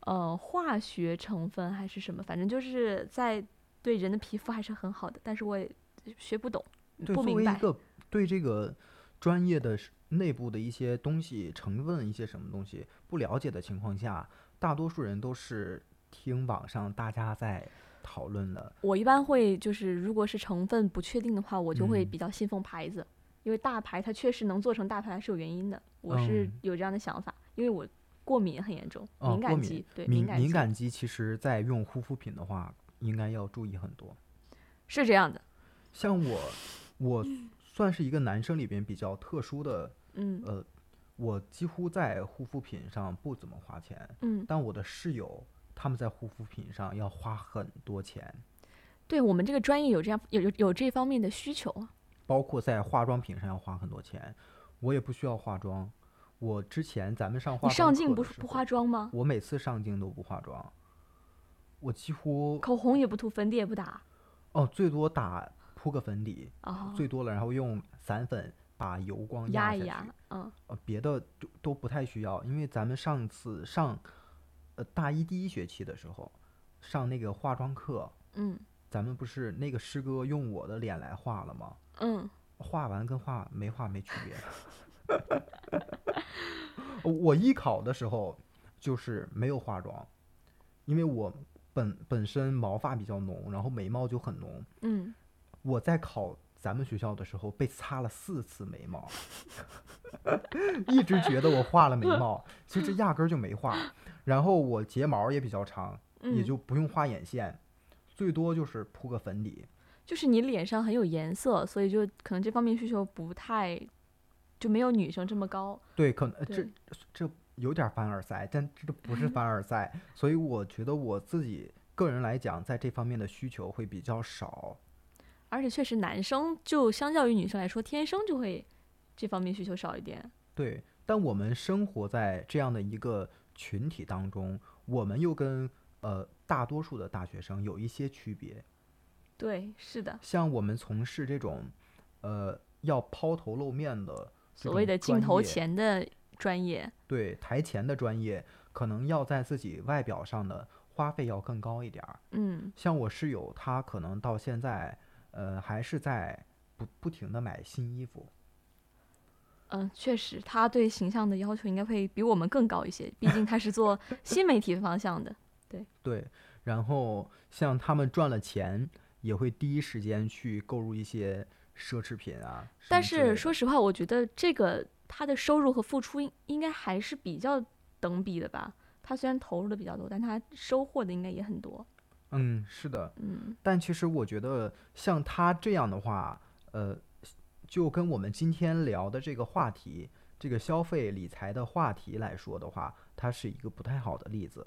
[SPEAKER 2] 呃化学成分还是什么，反正就是在对人的皮肤还是很好的，但是我也学不懂，
[SPEAKER 1] 对，
[SPEAKER 2] 嗯不
[SPEAKER 1] 作
[SPEAKER 2] 明
[SPEAKER 1] 为一
[SPEAKER 2] 白。
[SPEAKER 1] 个对这个专业的是内部的一些东西、成分、一些什么东西不了解的情况下，大多数人都是听网上大家在讨论的。
[SPEAKER 2] 我一般会就是如果是成分不确定的话，我就会
[SPEAKER 1] 嗯
[SPEAKER 2] 比较信奉牌子，因为大牌它确实能做成大牌是有原因的，我是
[SPEAKER 1] 嗯
[SPEAKER 2] 有这样的想法，因为我过敏很严重，
[SPEAKER 1] 哦
[SPEAKER 2] 敏
[SPEAKER 1] 过
[SPEAKER 2] 感
[SPEAKER 1] 敏
[SPEAKER 2] 肌，对
[SPEAKER 1] 敏
[SPEAKER 2] 感
[SPEAKER 1] 敏
[SPEAKER 2] 肌
[SPEAKER 1] 感肌其实在用护肤品的话，应该要注意很多。
[SPEAKER 2] 是这样的，
[SPEAKER 1] 像我，我算是一个男生里边比较特殊的，
[SPEAKER 2] 嗯
[SPEAKER 1] 呃，我几乎在护肤品上不怎么花钱，
[SPEAKER 2] 嗯，
[SPEAKER 1] 但我的室友他们在护肤品上要花很多钱，
[SPEAKER 2] 对我们这个专业有这样有有有这方面的需求啊，
[SPEAKER 1] 包括在化妆品上要花很多钱。我也不需要化妆，我之前咱们上化
[SPEAKER 2] 你
[SPEAKER 1] 妆
[SPEAKER 2] 上
[SPEAKER 1] 课
[SPEAKER 2] 镜
[SPEAKER 1] 的
[SPEAKER 2] 不
[SPEAKER 1] 时
[SPEAKER 2] 不
[SPEAKER 1] 候
[SPEAKER 2] 化妆吗？
[SPEAKER 1] 我每次上镜都不化妆，我几乎
[SPEAKER 2] 口红也不涂，粉底也不打
[SPEAKER 1] 哦最多打铺个粉底。
[SPEAKER 2] 啊，
[SPEAKER 1] 最多了，然后用散粉把油光
[SPEAKER 2] 压
[SPEAKER 1] 下去，
[SPEAKER 2] 一压，嗯，
[SPEAKER 1] 呃，别的都都不太需要，因为咱们上次上，呃，大一第一学期的时候，上那个化妆课，
[SPEAKER 2] 嗯
[SPEAKER 1] 咱们不是那个师哥用我的脸来画了吗？
[SPEAKER 2] 嗯，
[SPEAKER 1] 画完跟画没画没区别。我艺考的时候就是没有化妆，因为我本本身毛发比较浓，然后眉毛就很浓，
[SPEAKER 2] 嗯，
[SPEAKER 1] 我在考咱们学校的时候被擦了四次眉毛， <laughs> 一直觉得我画了眉毛，其实压根儿就没画。然后我睫毛也比较长，
[SPEAKER 2] 嗯
[SPEAKER 1] 也就不用画眼线，最多就是铺个粉底。
[SPEAKER 2] 就是你脸上很有颜色，所以就可能这方面需求不太就没有女生这么高，
[SPEAKER 1] 对，可能呃这
[SPEAKER 2] 对。嗯
[SPEAKER 1] 这有点凡尔赛，但这不是凡尔赛，所以我觉得我自己个人来讲，在这方面的需求会比较少。
[SPEAKER 2] 而且确实，男生就相较于女生来说，天生就会这方面需求少一点。
[SPEAKER 1] 对，但我们生活在这样的一个群体当中，我们又跟呃大多数的大学生有一些区别。
[SPEAKER 2] 对，是的，
[SPEAKER 1] 像我们从事这种呃要抛头露面的这
[SPEAKER 2] 所谓
[SPEAKER 1] 种
[SPEAKER 2] 的镜
[SPEAKER 1] 专
[SPEAKER 2] 头
[SPEAKER 1] 业
[SPEAKER 2] 前的专业，
[SPEAKER 1] 对台前的专业，可能要在自己外表上的花费要更高一点儿。
[SPEAKER 2] 嗯
[SPEAKER 1] 像我室友，他可能到现在，呃，还是在不不停的买新衣服。
[SPEAKER 2] 嗯，确实，他对形象的要求应该会比我们更高一些，毕竟他是做新媒体方向的。
[SPEAKER 1] 对，然后像他们赚了钱，也会第一时间去购入一些奢侈品啊。什
[SPEAKER 2] 但
[SPEAKER 1] 么之类
[SPEAKER 2] 是
[SPEAKER 1] 的
[SPEAKER 2] 说实话，我觉得这个他的收入和付出应应该还是比较等比的吧。他虽然投入的比较多，但他收获的应该也很多。
[SPEAKER 1] 嗯，是的，
[SPEAKER 2] 嗯
[SPEAKER 1] 但其实我觉得像他这样的话，呃，就跟我们今天聊的这个话题，这个消费理财的话题来说的话，它是一个不太好的例子。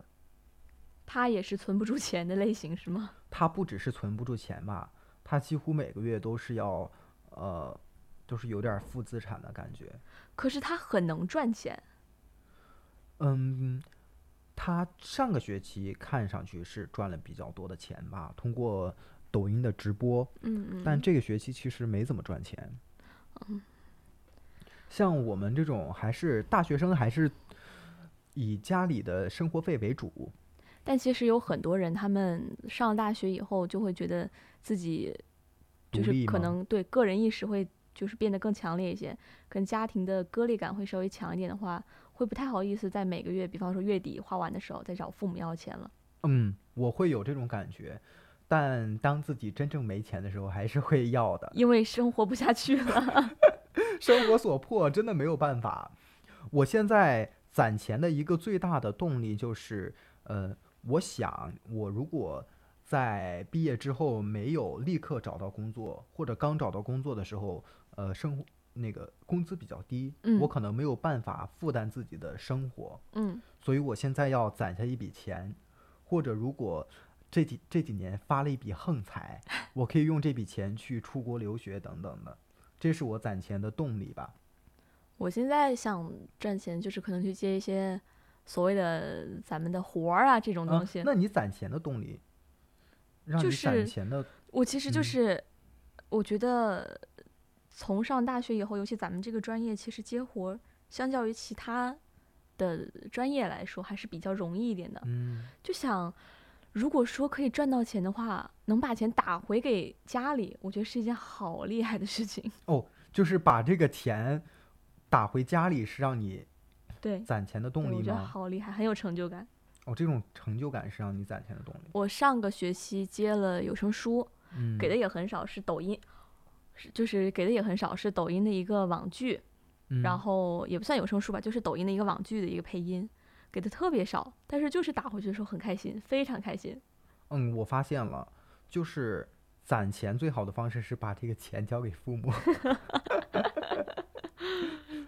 [SPEAKER 2] 他也是存不住钱的类型，是吗？ <laughs>
[SPEAKER 1] 他不只是存不住钱吧，他几乎每个月都是要，呃，都是有点儿负资产的感觉。
[SPEAKER 2] 可是他很能赚钱，
[SPEAKER 1] 嗯，他上个学期看上去是赚了比较多的钱吧，通过抖音的直播，
[SPEAKER 2] 嗯嗯，
[SPEAKER 1] 但这个学期其实没怎么赚钱。像我们这种还是大学生，还是以家里的生活费为主。
[SPEAKER 2] 但其实有很多人，他们上了大学以后就会觉得自己
[SPEAKER 1] 独
[SPEAKER 2] 就是
[SPEAKER 1] 立
[SPEAKER 2] 可
[SPEAKER 1] 吗
[SPEAKER 2] 能对个人意识会就是变得更强烈一些，跟家庭的割裂感会稍微强一点的话，会不太好意思在每个月，比方说月底花完的时候再找父母要钱了。
[SPEAKER 1] 嗯，我会有这种感觉，但当自己真正没钱的时候，还是会要的。
[SPEAKER 2] 因为生活不下去了。 <laughs>
[SPEAKER 1] 生活所迫，真的没有办法。我现在攒钱的一个最大的动力就是，呃，我想我如果在毕业之后没有立刻找到工作，或者刚找到工作的时候，呃，生活那个工资比较低，
[SPEAKER 2] 嗯
[SPEAKER 1] 我可能没有办法负担自己的生活，
[SPEAKER 2] 嗯，
[SPEAKER 1] 所以我现在要攒下一笔钱，或者如果。这几这几年发了一笔横财，我可以用这笔钱去出国留学等等的，这是我攒钱的动力吧。
[SPEAKER 2] 我现在想赚钱，就是可能去接一些所谓的咱们的活儿啊这种东西。
[SPEAKER 1] 啊。那你攒钱的动力，让
[SPEAKER 2] 就
[SPEAKER 1] 你攒
[SPEAKER 2] 是
[SPEAKER 1] 钱的，
[SPEAKER 2] 我其实就
[SPEAKER 1] 嗯
[SPEAKER 2] 是，我觉得从上大学以后，尤其咱们这个专业，其实接活儿相较于其他的专业来说，还是比较容易一点的。
[SPEAKER 1] 嗯，
[SPEAKER 2] 就想，如果说可以赚到钱的话，能把钱打回给家里，我觉得是一件好厉害的事情。 <laughs>
[SPEAKER 1] 就是把这个钱打回家里，是让你
[SPEAKER 2] 对，
[SPEAKER 1] 攒钱的
[SPEAKER 2] 对
[SPEAKER 1] 动
[SPEAKER 2] 我
[SPEAKER 1] 力
[SPEAKER 2] 觉得
[SPEAKER 1] 吗？
[SPEAKER 2] 好厉害，很有成就感。
[SPEAKER 1] 哦，这种成就感是让你攒钱的动力。
[SPEAKER 2] 我上个学期接了有声书，
[SPEAKER 1] 嗯，
[SPEAKER 2] 给的也很少，是抖音，是就是给的也很少，是抖音的一个网剧，
[SPEAKER 1] 嗯，
[SPEAKER 2] 然后也不算有声书吧，就是抖音的一个网剧的一个配音，给的特别少，但是就是打回去的时候很开心，非常开心。
[SPEAKER 1] 嗯，我发现了，就是攒钱最好的方式是把这个钱交给父
[SPEAKER 2] <laughs>
[SPEAKER 1] 母，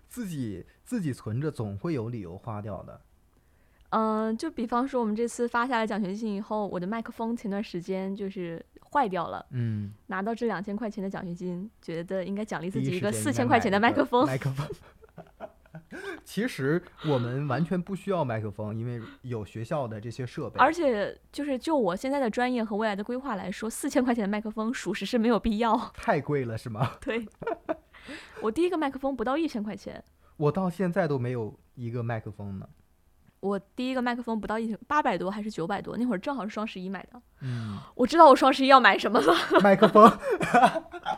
[SPEAKER 1] 自己自己存着总会有理由花掉的。
[SPEAKER 2] 嗯，就比方说我们这次发下来奖学金以后，我的麦克风前段时间就是坏掉了，
[SPEAKER 1] 嗯，
[SPEAKER 2] 拿到这两千块钱的奖学金，觉得应该奖励自
[SPEAKER 1] 第
[SPEAKER 2] 己
[SPEAKER 1] 一
[SPEAKER 2] 一
[SPEAKER 1] 时
[SPEAKER 2] 个
[SPEAKER 1] 间
[SPEAKER 2] 四
[SPEAKER 1] 应该
[SPEAKER 2] 千块
[SPEAKER 1] 买
[SPEAKER 2] 钱
[SPEAKER 1] 一
[SPEAKER 2] 的麦
[SPEAKER 1] 个
[SPEAKER 2] 克风。
[SPEAKER 1] 麦克风。 <laughs> 其实我们完全不需要麦克风，因为有学校的这些设备。
[SPEAKER 2] 而且就是就我现在的专业和未来的规划来说，四千块钱的麦克风属实是没有必要。 <laughs>
[SPEAKER 1] 太贵了是吗？ <laughs>
[SPEAKER 2] 对，我第一个麦克风不到一千块钱，
[SPEAKER 1] 我到现在都没有一个麦克风呢。
[SPEAKER 2] 我第一个麦克风不到一千八百多还是九百多，那会儿正好是双十一买的。 <laughs>
[SPEAKER 1] 嗯，
[SPEAKER 2] 我知道我双十一要买什么了，
[SPEAKER 1] 麦克风，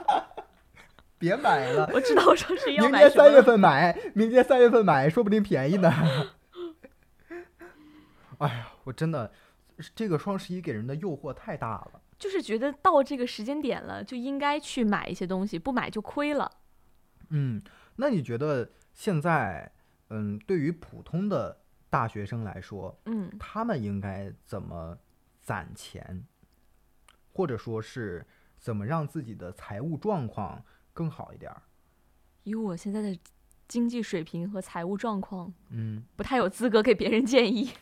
[SPEAKER 1] <laughs> 别买了，
[SPEAKER 2] 我知道我双十一要
[SPEAKER 1] 明
[SPEAKER 2] 买
[SPEAKER 1] 年
[SPEAKER 2] 什么
[SPEAKER 1] 三月
[SPEAKER 2] 了。 <laughs>
[SPEAKER 1] 份买，明年三月份买，说不定便宜呢。 <laughs> 哎呀，我真的，这个双十一给人的诱惑太大了。
[SPEAKER 2] 就是觉得到这个时间点了，就应该去买一些东西，不买就亏了。
[SPEAKER 1] 嗯，那你觉得现在，嗯，对于普通的大学生来说，
[SPEAKER 2] 嗯，
[SPEAKER 1] 他们应该怎么攒钱，或者说是怎么让自己的财务状况更好一点儿？
[SPEAKER 2] 以我现在的经济水平和财务状况，
[SPEAKER 1] 嗯，
[SPEAKER 2] 不太有资格给别人建议。 <laughs>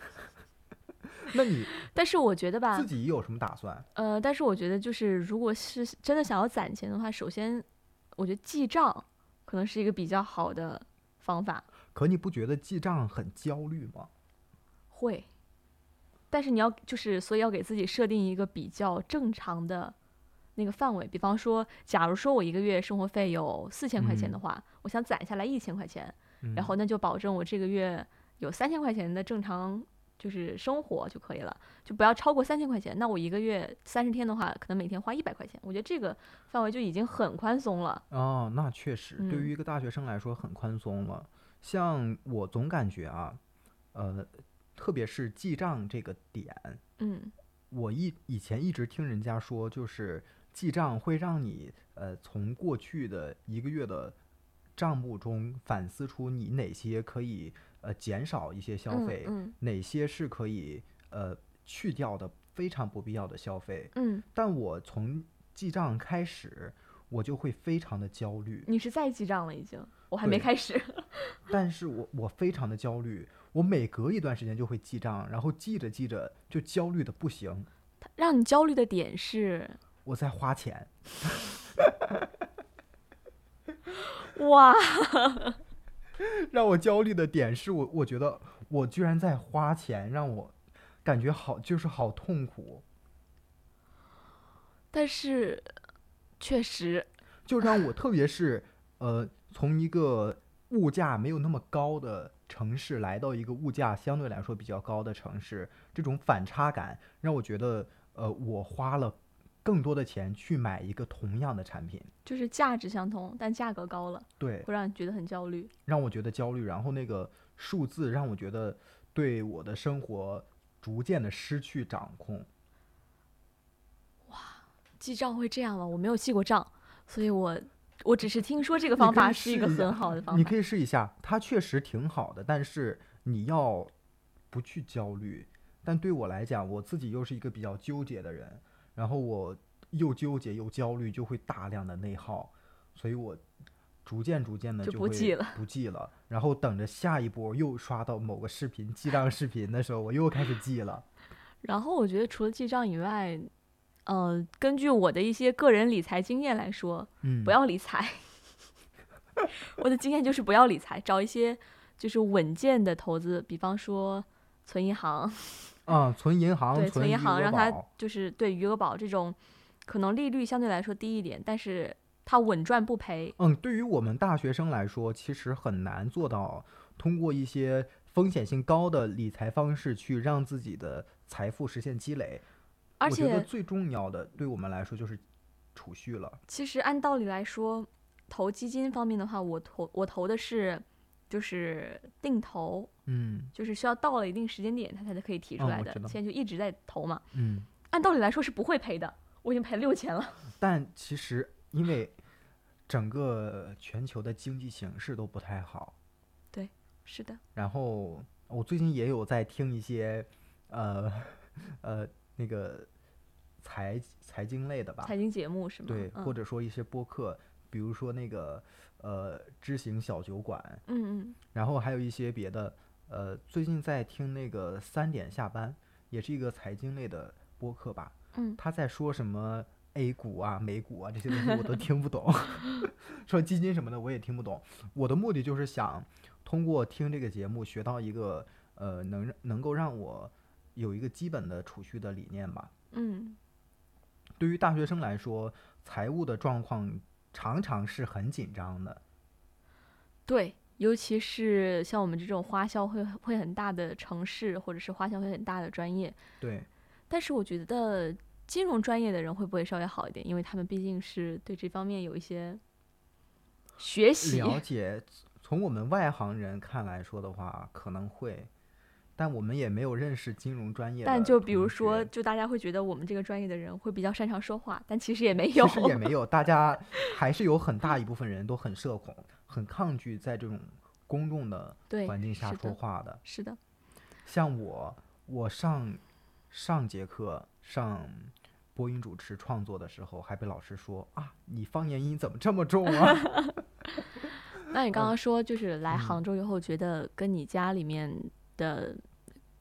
[SPEAKER 1] 那你
[SPEAKER 2] 但是我觉得吧
[SPEAKER 1] 自，己有什么打算？
[SPEAKER 2] 呃，但是我觉得就是，如果是真的想要攒钱的话，首先我觉得记账可能是一个比较好的方法。
[SPEAKER 1] 可你不觉得记账很焦虑吗？
[SPEAKER 2] 会，但是你要就是，所以要给自己设定一个比较正常的那个范围。比方说，假如说我一个月生活费有四千块钱的
[SPEAKER 1] 嗯
[SPEAKER 2] 话，我想攒下来一千块钱，
[SPEAKER 1] 嗯
[SPEAKER 2] 然后那就保证我这个月有三千块钱的正常就是生活就可以了，就不要超过三千块钱。那我一个月三十天的话，可能每天花一百块钱，我觉得这个范围就已经很宽松了。
[SPEAKER 1] 哦，那确实，对
[SPEAKER 2] 嗯
[SPEAKER 1] 于一个大学生来说很宽松了。像我总感觉啊，呃，特别是记账这个点，
[SPEAKER 2] 嗯
[SPEAKER 1] 我一以前一直听人家说，就是记账会让你呃从过去的一个月的账目中反思出你哪些可以呃减少一些消费，
[SPEAKER 2] 嗯
[SPEAKER 1] 哪些是可以呃去掉的非常不必要的消费。
[SPEAKER 2] 嗯嗯，
[SPEAKER 1] 但我从记账开始，我就会非常的焦虑。
[SPEAKER 2] 你是在记账了已经，我还没
[SPEAKER 1] 对
[SPEAKER 2] 开始。 <laughs>
[SPEAKER 1] 但是我我非常的焦虑，我每隔一段时间就会记账，然后记着记着就焦虑的不行，
[SPEAKER 2] 让你焦虑的点是，
[SPEAKER 1] 我在花钱。 <laughs>
[SPEAKER 2] 哇，
[SPEAKER 1] 让我焦虑的点是我我觉得我居然在花钱，让我感觉好就是好痛苦，
[SPEAKER 2] 但是确实，
[SPEAKER 1] 就让我特别是呃从一个物价没有那么高的城市来到一个物价相对来说比较高的城市，这种反差感让我觉得呃我花了更多的钱去买一个同样的产品。
[SPEAKER 2] 就是价值相同，但价格高了，
[SPEAKER 1] 对，
[SPEAKER 2] 会让你觉得很焦虑。
[SPEAKER 1] 让我觉得焦虑，然后那个数字让我觉得对我的生活逐渐的失去掌控。
[SPEAKER 2] 记账会这样吗？我没有记过账，所以我我只是听说这个方法是一个很好的方
[SPEAKER 1] 你
[SPEAKER 2] 法。
[SPEAKER 1] 可以试一下，它确实挺好的，但是你要不去焦虑。但对我来讲，我自己又是一个比较纠结的人，然后我又纠结又焦虑，就会大量的内耗，所以我逐渐逐渐的
[SPEAKER 2] 就
[SPEAKER 1] 就
[SPEAKER 2] 不
[SPEAKER 1] 会
[SPEAKER 2] 记了，
[SPEAKER 1] 不记了。然后等着下一波又刷到某个视频记账视频的时候，我又开始记了。
[SPEAKER 2] 然后我觉得除了记账以外，呃，根据我的一些个人理财经验来说，
[SPEAKER 1] 嗯，
[SPEAKER 2] 不要理财。 <laughs> 我的经验就是不要理财，找一些就是稳健的投资，比方说存银行，
[SPEAKER 1] 啊、存银行，
[SPEAKER 2] 对，存银
[SPEAKER 1] 余
[SPEAKER 2] 行
[SPEAKER 1] 额
[SPEAKER 2] 让它
[SPEAKER 1] 宝
[SPEAKER 2] 就是对余额宝这种，可能利率相对来说低一点，但是它稳赚不赔。
[SPEAKER 1] 嗯，对于我们大学生来说，其实很难做到通过一些风险性高的理财方式去让自己的财富实现积累。
[SPEAKER 2] 而
[SPEAKER 1] 我觉得
[SPEAKER 2] 且
[SPEAKER 1] 最重要的，对我们来说就是储蓄了。
[SPEAKER 2] 其实按道理来说，投基金方面的话，我投我投的是就是定投，
[SPEAKER 1] 嗯
[SPEAKER 2] 就是需要到了一定时间点它才可以提出
[SPEAKER 1] 嗯
[SPEAKER 2] 来
[SPEAKER 1] 我
[SPEAKER 2] 的，
[SPEAKER 1] 知道
[SPEAKER 2] 现在就一直在投嘛。
[SPEAKER 1] 嗯，
[SPEAKER 2] 按道理来说是不会赔的，我已经赔了六千了。
[SPEAKER 1] 但其实因为整个全球的经济形势都不太好，
[SPEAKER 2] 是的，
[SPEAKER 1] 然后我最近也有在听一些，呃 <laughs> 呃那个财财经类的吧，
[SPEAKER 2] 财经节目是吗？
[SPEAKER 1] 啊对，
[SPEAKER 2] 嗯
[SPEAKER 1] 或者说一些播客，比如说那个呃知行小酒馆，
[SPEAKER 2] 嗯嗯，
[SPEAKER 1] 然后还有一些别的，呃，最近在听那个三点下班，也是一个财经类的播客吧，
[SPEAKER 2] 嗯
[SPEAKER 1] 他在说什么 A 股啊、美股啊这些东西我都听不
[SPEAKER 2] <laughs>
[SPEAKER 1] 懂，说基金什么的我也听不懂，我的目的就是想通过听这个节目学到一个呃能让能够让我有一个基本的储蓄的理念吧，
[SPEAKER 2] 嗯，
[SPEAKER 1] 对于大学生来说，财务的状况常常是很紧张的。
[SPEAKER 2] 对，尤其是像我们这种花销会会很大的城市，或者是花销会很大的专业，
[SPEAKER 1] 对，
[SPEAKER 2] 但是我觉得金融专业的人会不会稍微好一点？因为他们毕竟是对这方面有一些学习。
[SPEAKER 1] 了解。从我们外行人看来说的话，可能会，但我们也没有认识金融专业的同
[SPEAKER 2] <laughs> 但
[SPEAKER 1] 学。
[SPEAKER 2] 就比如说，就大家会觉得我们这个专业的人会比较擅长说话，但其实也没有
[SPEAKER 1] 其。实也没有，大家还是有很大一部分人都很社恐，很抗拒在这种公众的
[SPEAKER 2] 对，
[SPEAKER 1] 环境下
[SPEAKER 2] 是的
[SPEAKER 1] 说话的。
[SPEAKER 2] 是的，
[SPEAKER 1] 像我，我上上节课上播音主持创作的时候，还被老师说啊，你方言音怎么这么重啊？ <laughs>
[SPEAKER 2] 那你刚刚说，就是来
[SPEAKER 1] 嗯
[SPEAKER 2] 杭州以后，觉得跟你家里面的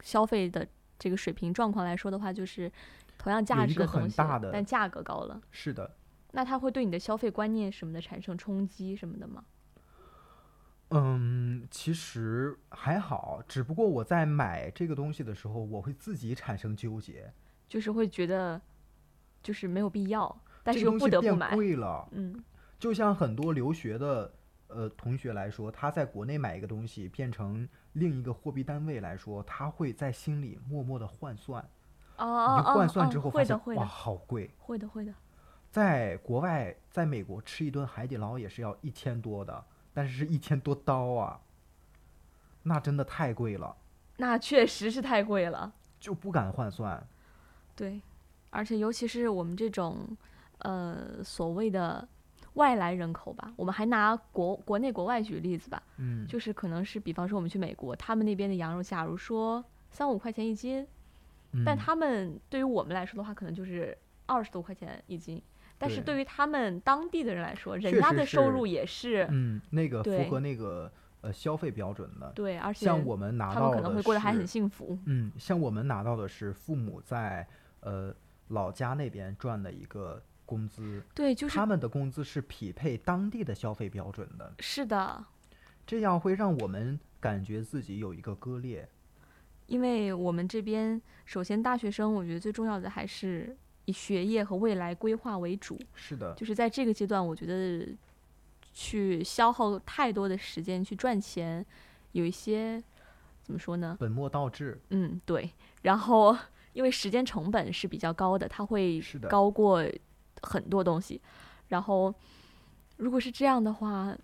[SPEAKER 2] 消费的这个水平状况来说的话，就是同样价
[SPEAKER 1] 有一
[SPEAKER 2] 值
[SPEAKER 1] 个
[SPEAKER 2] 的东
[SPEAKER 1] 很
[SPEAKER 2] 西
[SPEAKER 1] 大的，
[SPEAKER 2] 但价格高了，
[SPEAKER 1] 是的，
[SPEAKER 2] 那它会对你的消费观念什么的产生冲击什么的吗？
[SPEAKER 1] 嗯，其实还好，只不过我在买这个东西的时候，我会自己产生纠结，
[SPEAKER 2] 就是会觉得就是没有必要，但
[SPEAKER 1] 这
[SPEAKER 2] 是
[SPEAKER 1] 个东
[SPEAKER 2] 又不
[SPEAKER 1] 西
[SPEAKER 2] 得不
[SPEAKER 1] 变
[SPEAKER 2] 买。
[SPEAKER 1] 贵了，
[SPEAKER 2] 嗯，
[SPEAKER 1] 就像很多留学的呃同学来说，他在国内买一个东西变成另一个货币单位来说，他会在心里默默的换算，
[SPEAKER 2] 哦
[SPEAKER 1] 一
[SPEAKER 2] 哦哦，
[SPEAKER 1] 换算
[SPEAKER 2] 哦
[SPEAKER 1] 之后发
[SPEAKER 2] 会的
[SPEAKER 1] 现
[SPEAKER 2] 会
[SPEAKER 1] 哇
[SPEAKER 2] 的
[SPEAKER 1] 好贵，
[SPEAKER 2] 会的会的，
[SPEAKER 1] 在国外，在美国吃一顿海底捞也是要一千多的，但是是一千多刀啊，那真的太贵了，
[SPEAKER 2] 那确实是太贵了。
[SPEAKER 1] 就不敢换算。
[SPEAKER 2] 对，而且尤其是我们这种呃所谓的外来人口吧，我们还拿国国内国外举例子吧，
[SPEAKER 1] 嗯，
[SPEAKER 2] 就是可能是比方说我们去美国，他们那边的羊肉，假如说三五块钱一斤，但
[SPEAKER 1] 嗯
[SPEAKER 2] 他们对于我们来说的话，可能就是二十多块钱一斤。但是
[SPEAKER 1] 对
[SPEAKER 2] 对于他们当地的人来说，
[SPEAKER 1] 确
[SPEAKER 2] 人家
[SPEAKER 1] 实
[SPEAKER 2] 的收
[SPEAKER 1] 是
[SPEAKER 2] 入也是
[SPEAKER 1] 嗯那个符
[SPEAKER 2] 对
[SPEAKER 1] 合那个呃消费标准的，
[SPEAKER 2] 对，而且
[SPEAKER 1] 像我们拿
[SPEAKER 2] 他
[SPEAKER 1] 到的
[SPEAKER 2] 们可能会过得还很
[SPEAKER 1] 是
[SPEAKER 2] 幸福。
[SPEAKER 1] 嗯，像我们拿到的是父母在呃老家那边赚的一个工资，
[SPEAKER 2] 对，就是
[SPEAKER 1] 他们的工资是匹配当地的消费标准的，
[SPEAKER 2] 是的，
[SPEAKER 1] 这样会让我们感觉自己有一个割裂。
[SPEAKER 2] 因为我们这边首先大学生，我觉得最重要的还是以学业和未来规划为主，
[SPEAKER 1] 是的，
[SPEAKER 2] 就是在这个阶段，我觉得去消耗太多的时间去赚钱，有一些怎么说呢？
[SPEAKER 1] 本末倒置。
[SPEAKER 2] 嗯，对。然后因为时间成本是比较高的，它会
[SPEAKER 1] 是的
[SPEAKER 2] 高过很多东西。然后如果是这样的话，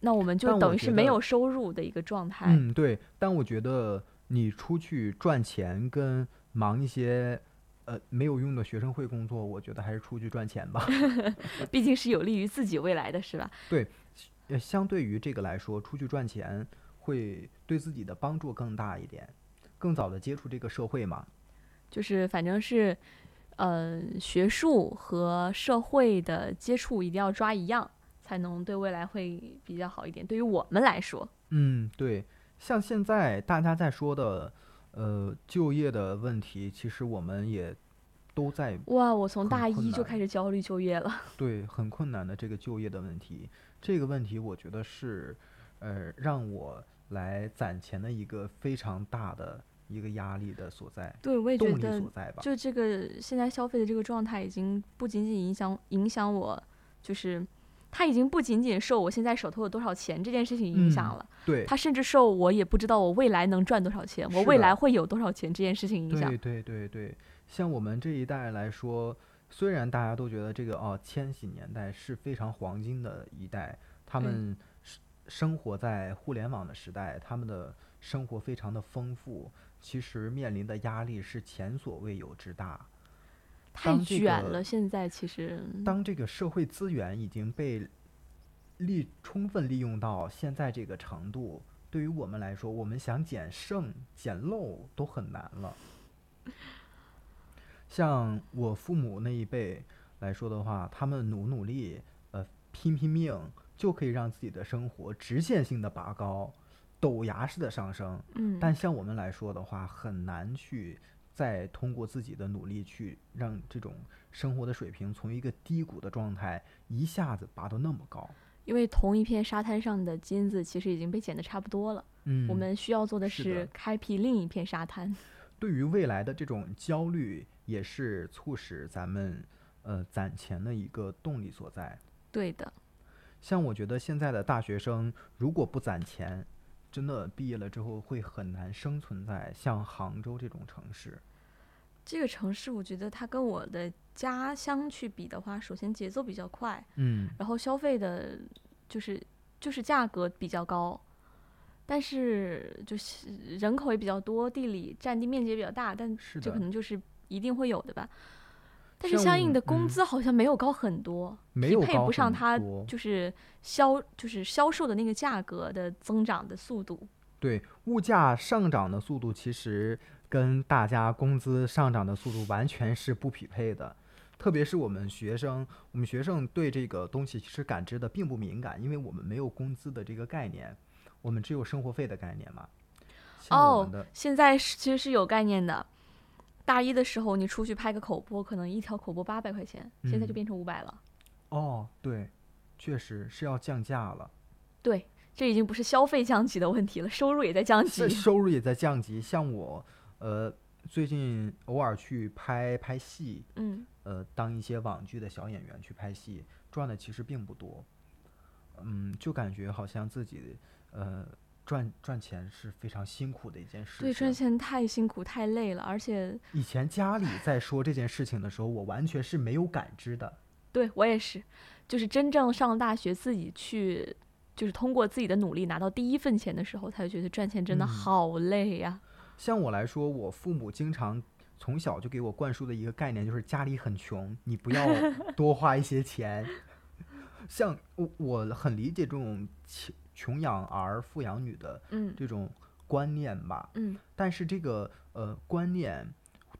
[SPEAKER 2] 那我们
[SPEAKER 1] 但
[SPEAKER 2] 就
[SPEAKER 1] 我
[SPEAKER 2] 等于
[SPEAKER 1] 觉
[SPEAKER 2] 是没
[SPEAKER 1] 得
[SPEAKER 2] 有收入的一个状态。
[SPEAKER 1] 嗯，对。但我觉得你出去赚钱跟忙一些呃没有用的学生会工作，我觉得还是出去赚钱吧。
[SPEAKER 2] <laughs>
[SPEAKER 1] <laughs>
[SPEAKER 2] 毕竟是有利于自己未来的，是吧？
[SPEAKER 1] 呃，相对于这个来说，出去赚钱会对自己的帮助更大一点，更早的接触这个社会嘛。
[SPEAKER 2] 就是反正是，呃，学术和社会的接触一定要抓一样，才能对未来会比较好一点。对于我们来说，
[SPEAKER 1] 嗯，对。像现在大家在说的，呃，就业的问题，其实我们也都在
[SPEAKER 2] 哇，我从
[SPEAKER 1] 很
[SPEAKER 2] 大
[SPEAKER 1] 困
[SPEAKER 2] 一就
[SPEAKER 1] 难
[SPEAKER 2] 开始焦虑就业了。 <laughs>
[SPEAKER 1] 对，很困难的这个就业的问题，这个问题我觉得是，呃，让我来攒钱的一个非常大的一个压力的所在，
[SPEAKER 2] 对，我也觉
[SPEAKER 1] 动力
[SPEAKER 2] 得
[SPEAKER 1] 所，在吧。
[SPEAKER 2] 就这个现在消费的这个状态，已经不仅仅影响影响我，就是它已经不仅仅受我现在手头有多少钱这件事情影响
[SPEAKER 1] 嗯
[SPEAKER 2] 了，
[SPEAKER 1] 对，
[SPEAKER 2] 它甚至受我也不知道我未来能赚多少钱，我
[SPEAKER 1] 是
[SPEAKER 2] 未
[SPEAKER 1] 的
[SPEAKER 2] 来会有多少钱这件事情影响
[SPEAKER 1] 对。对对对，像我们这一代来说，虽然大家都觉得这个哦，千禧年代是非常黄金的一代，他
[SPEAKER 2] 嗯
[SPEAKER 1] 们是生活在互联网的时代，他们的生活非常的丰富，其实面临的压力是前所未有之大。
[SPEAKER 2] 太
[SPEAKER 1] 当这
[SPEAKER 2] 卷
[SPEAKER 1] 个
[SPEAKER 2] 了，现在其实
[SPEAKER 1] 当这个社会资源已经被利充分利用到现在这个程度，对于我们来说，我们想捡剩、捡漏都很难了。像我父母那一辈来说的话，他们努努力，呃，拼拼命，就可以让自己的生活直线性的拔高，陡崖式的上升。
[SPEAKER 2] 嗯，
[SPEAKER 1] 但像我们来说的话，很难去再通过自己的努力去让这种生活的水平从一个低谷的状态一下子拔到那么高。
[SPEAKER 2] 因为同一片沙滩上的金子其实已经被捡得差不多了，
[SPEAKER 1] 嗯
[SPEAKER 2] 我们需要做的
[SPEAKER 1] 是的
[SPEAKER 2] 是开辟另一片沙滩。 <laughs>
[SPEAKER 1] 对于未来的这种焦虑，也是促使咱们呃攒钱的一个动力所在。
[SPEAKER 2] 对的，
[SPEAKER 1] 像我觉得现在的大学生，如果不攒钱，真的毕业了之后会很难生存在像杭州这种城市。
[SPEAKER 2] 这个城市我觉得它跟我的家乡去比的话，首先节奏比较快，
[SPEAKER 1] 嗯，
[SPEAKER 2] 然后消费的，就是就是价格比较高，但是就是人口也比较多，地理占地面积也比较大，但
[SPEAKER 1] 是
[SPEAKER 2] 这
[SPEAKER 1] 的
[SPEAKER 2] 可，能就是一定会有的吧。但是
[SPEAKER 1] 像
[SPEAKER 2] 相应的
[SPEAKER 1] 嗯
[SPEAKER 2] 工资好像没有高很多，
[SPEAKER 1] 没
[SPEAKER 2] 匹
[SPEAKER 1] 有
[SPEAKER 2] 配
[SPEAKER 1] 高
[SPEAKER 2] 不上
[SPEAKER 1] 很
[SPEAKER 2] 它
[SPEAKER 1] 多
[SPEAKER 2] 就是销就是销售的那个价格的增长的速度。
[SPEAKER 1] 对，物价上涨的速度其实跟大家工资上涨的速度完全是不匹配的。特别是我们学生，我们学生对这个东西其实感知的并不敏感，因为我们没有工资的这个概念，我们只有生活费的概念嘛。像我
[SPEAKER 2] 哦
[SPEAKER 1] 们的，
[SPEAKER 2] 现在是其实是有概念的。大一的时候，你出去拍个口播，可能一条口播八百块钱，现在就
[SPEAKER 1] 嗯
[SPEAKER 2] 变成五百了。
[SPEAKER 1] 哦，对，确实是要降价了，
[SPEAKER 2] 对，这已经不是消费降级的问题了，收入也在降级
[SPEAKER 1] 这。收入也在降级。像我，呃，最近偶尔去拍拍戏，
[SPEAKER 2] 嗯，
[SPEAKER 1] 呃，当一些网剧的小演员去拍戏，赚的其实并不多。嗯，就感觉好像自己呃赚赚钱是非常辛苦的一件事情。
[SPEAKER 2] 对，赚钱太辛苦太累了，而且
[SPEAKER 1] 以前家里在说这件事情的时候，我完全是没有感知的。
[SPEAKER 2] 对我也是，就是真正上大学自己去，就是通过自己的努力拿到第一份钱的时候，才会觉得赚钱真的
[SPEAKER 1] 嗯
[SPEAKER 2] 好累呀、
[SPEAKER 1] 像我来说，我父母经常从小就给我灌输的一个概念就是家里很穷，你不
[SPEAKER 2] <laughs>
[SPEAKER 1] 要多花一些钱。 <laughs> 像我我很理解这种穷穷养儿富养女的
[SPEAKER 2] 嗯
[SPEAKER 1] 这种观念吧，
[SPEAKER 2] 嗯，
[SPEAKER 1] 但是这个呃观念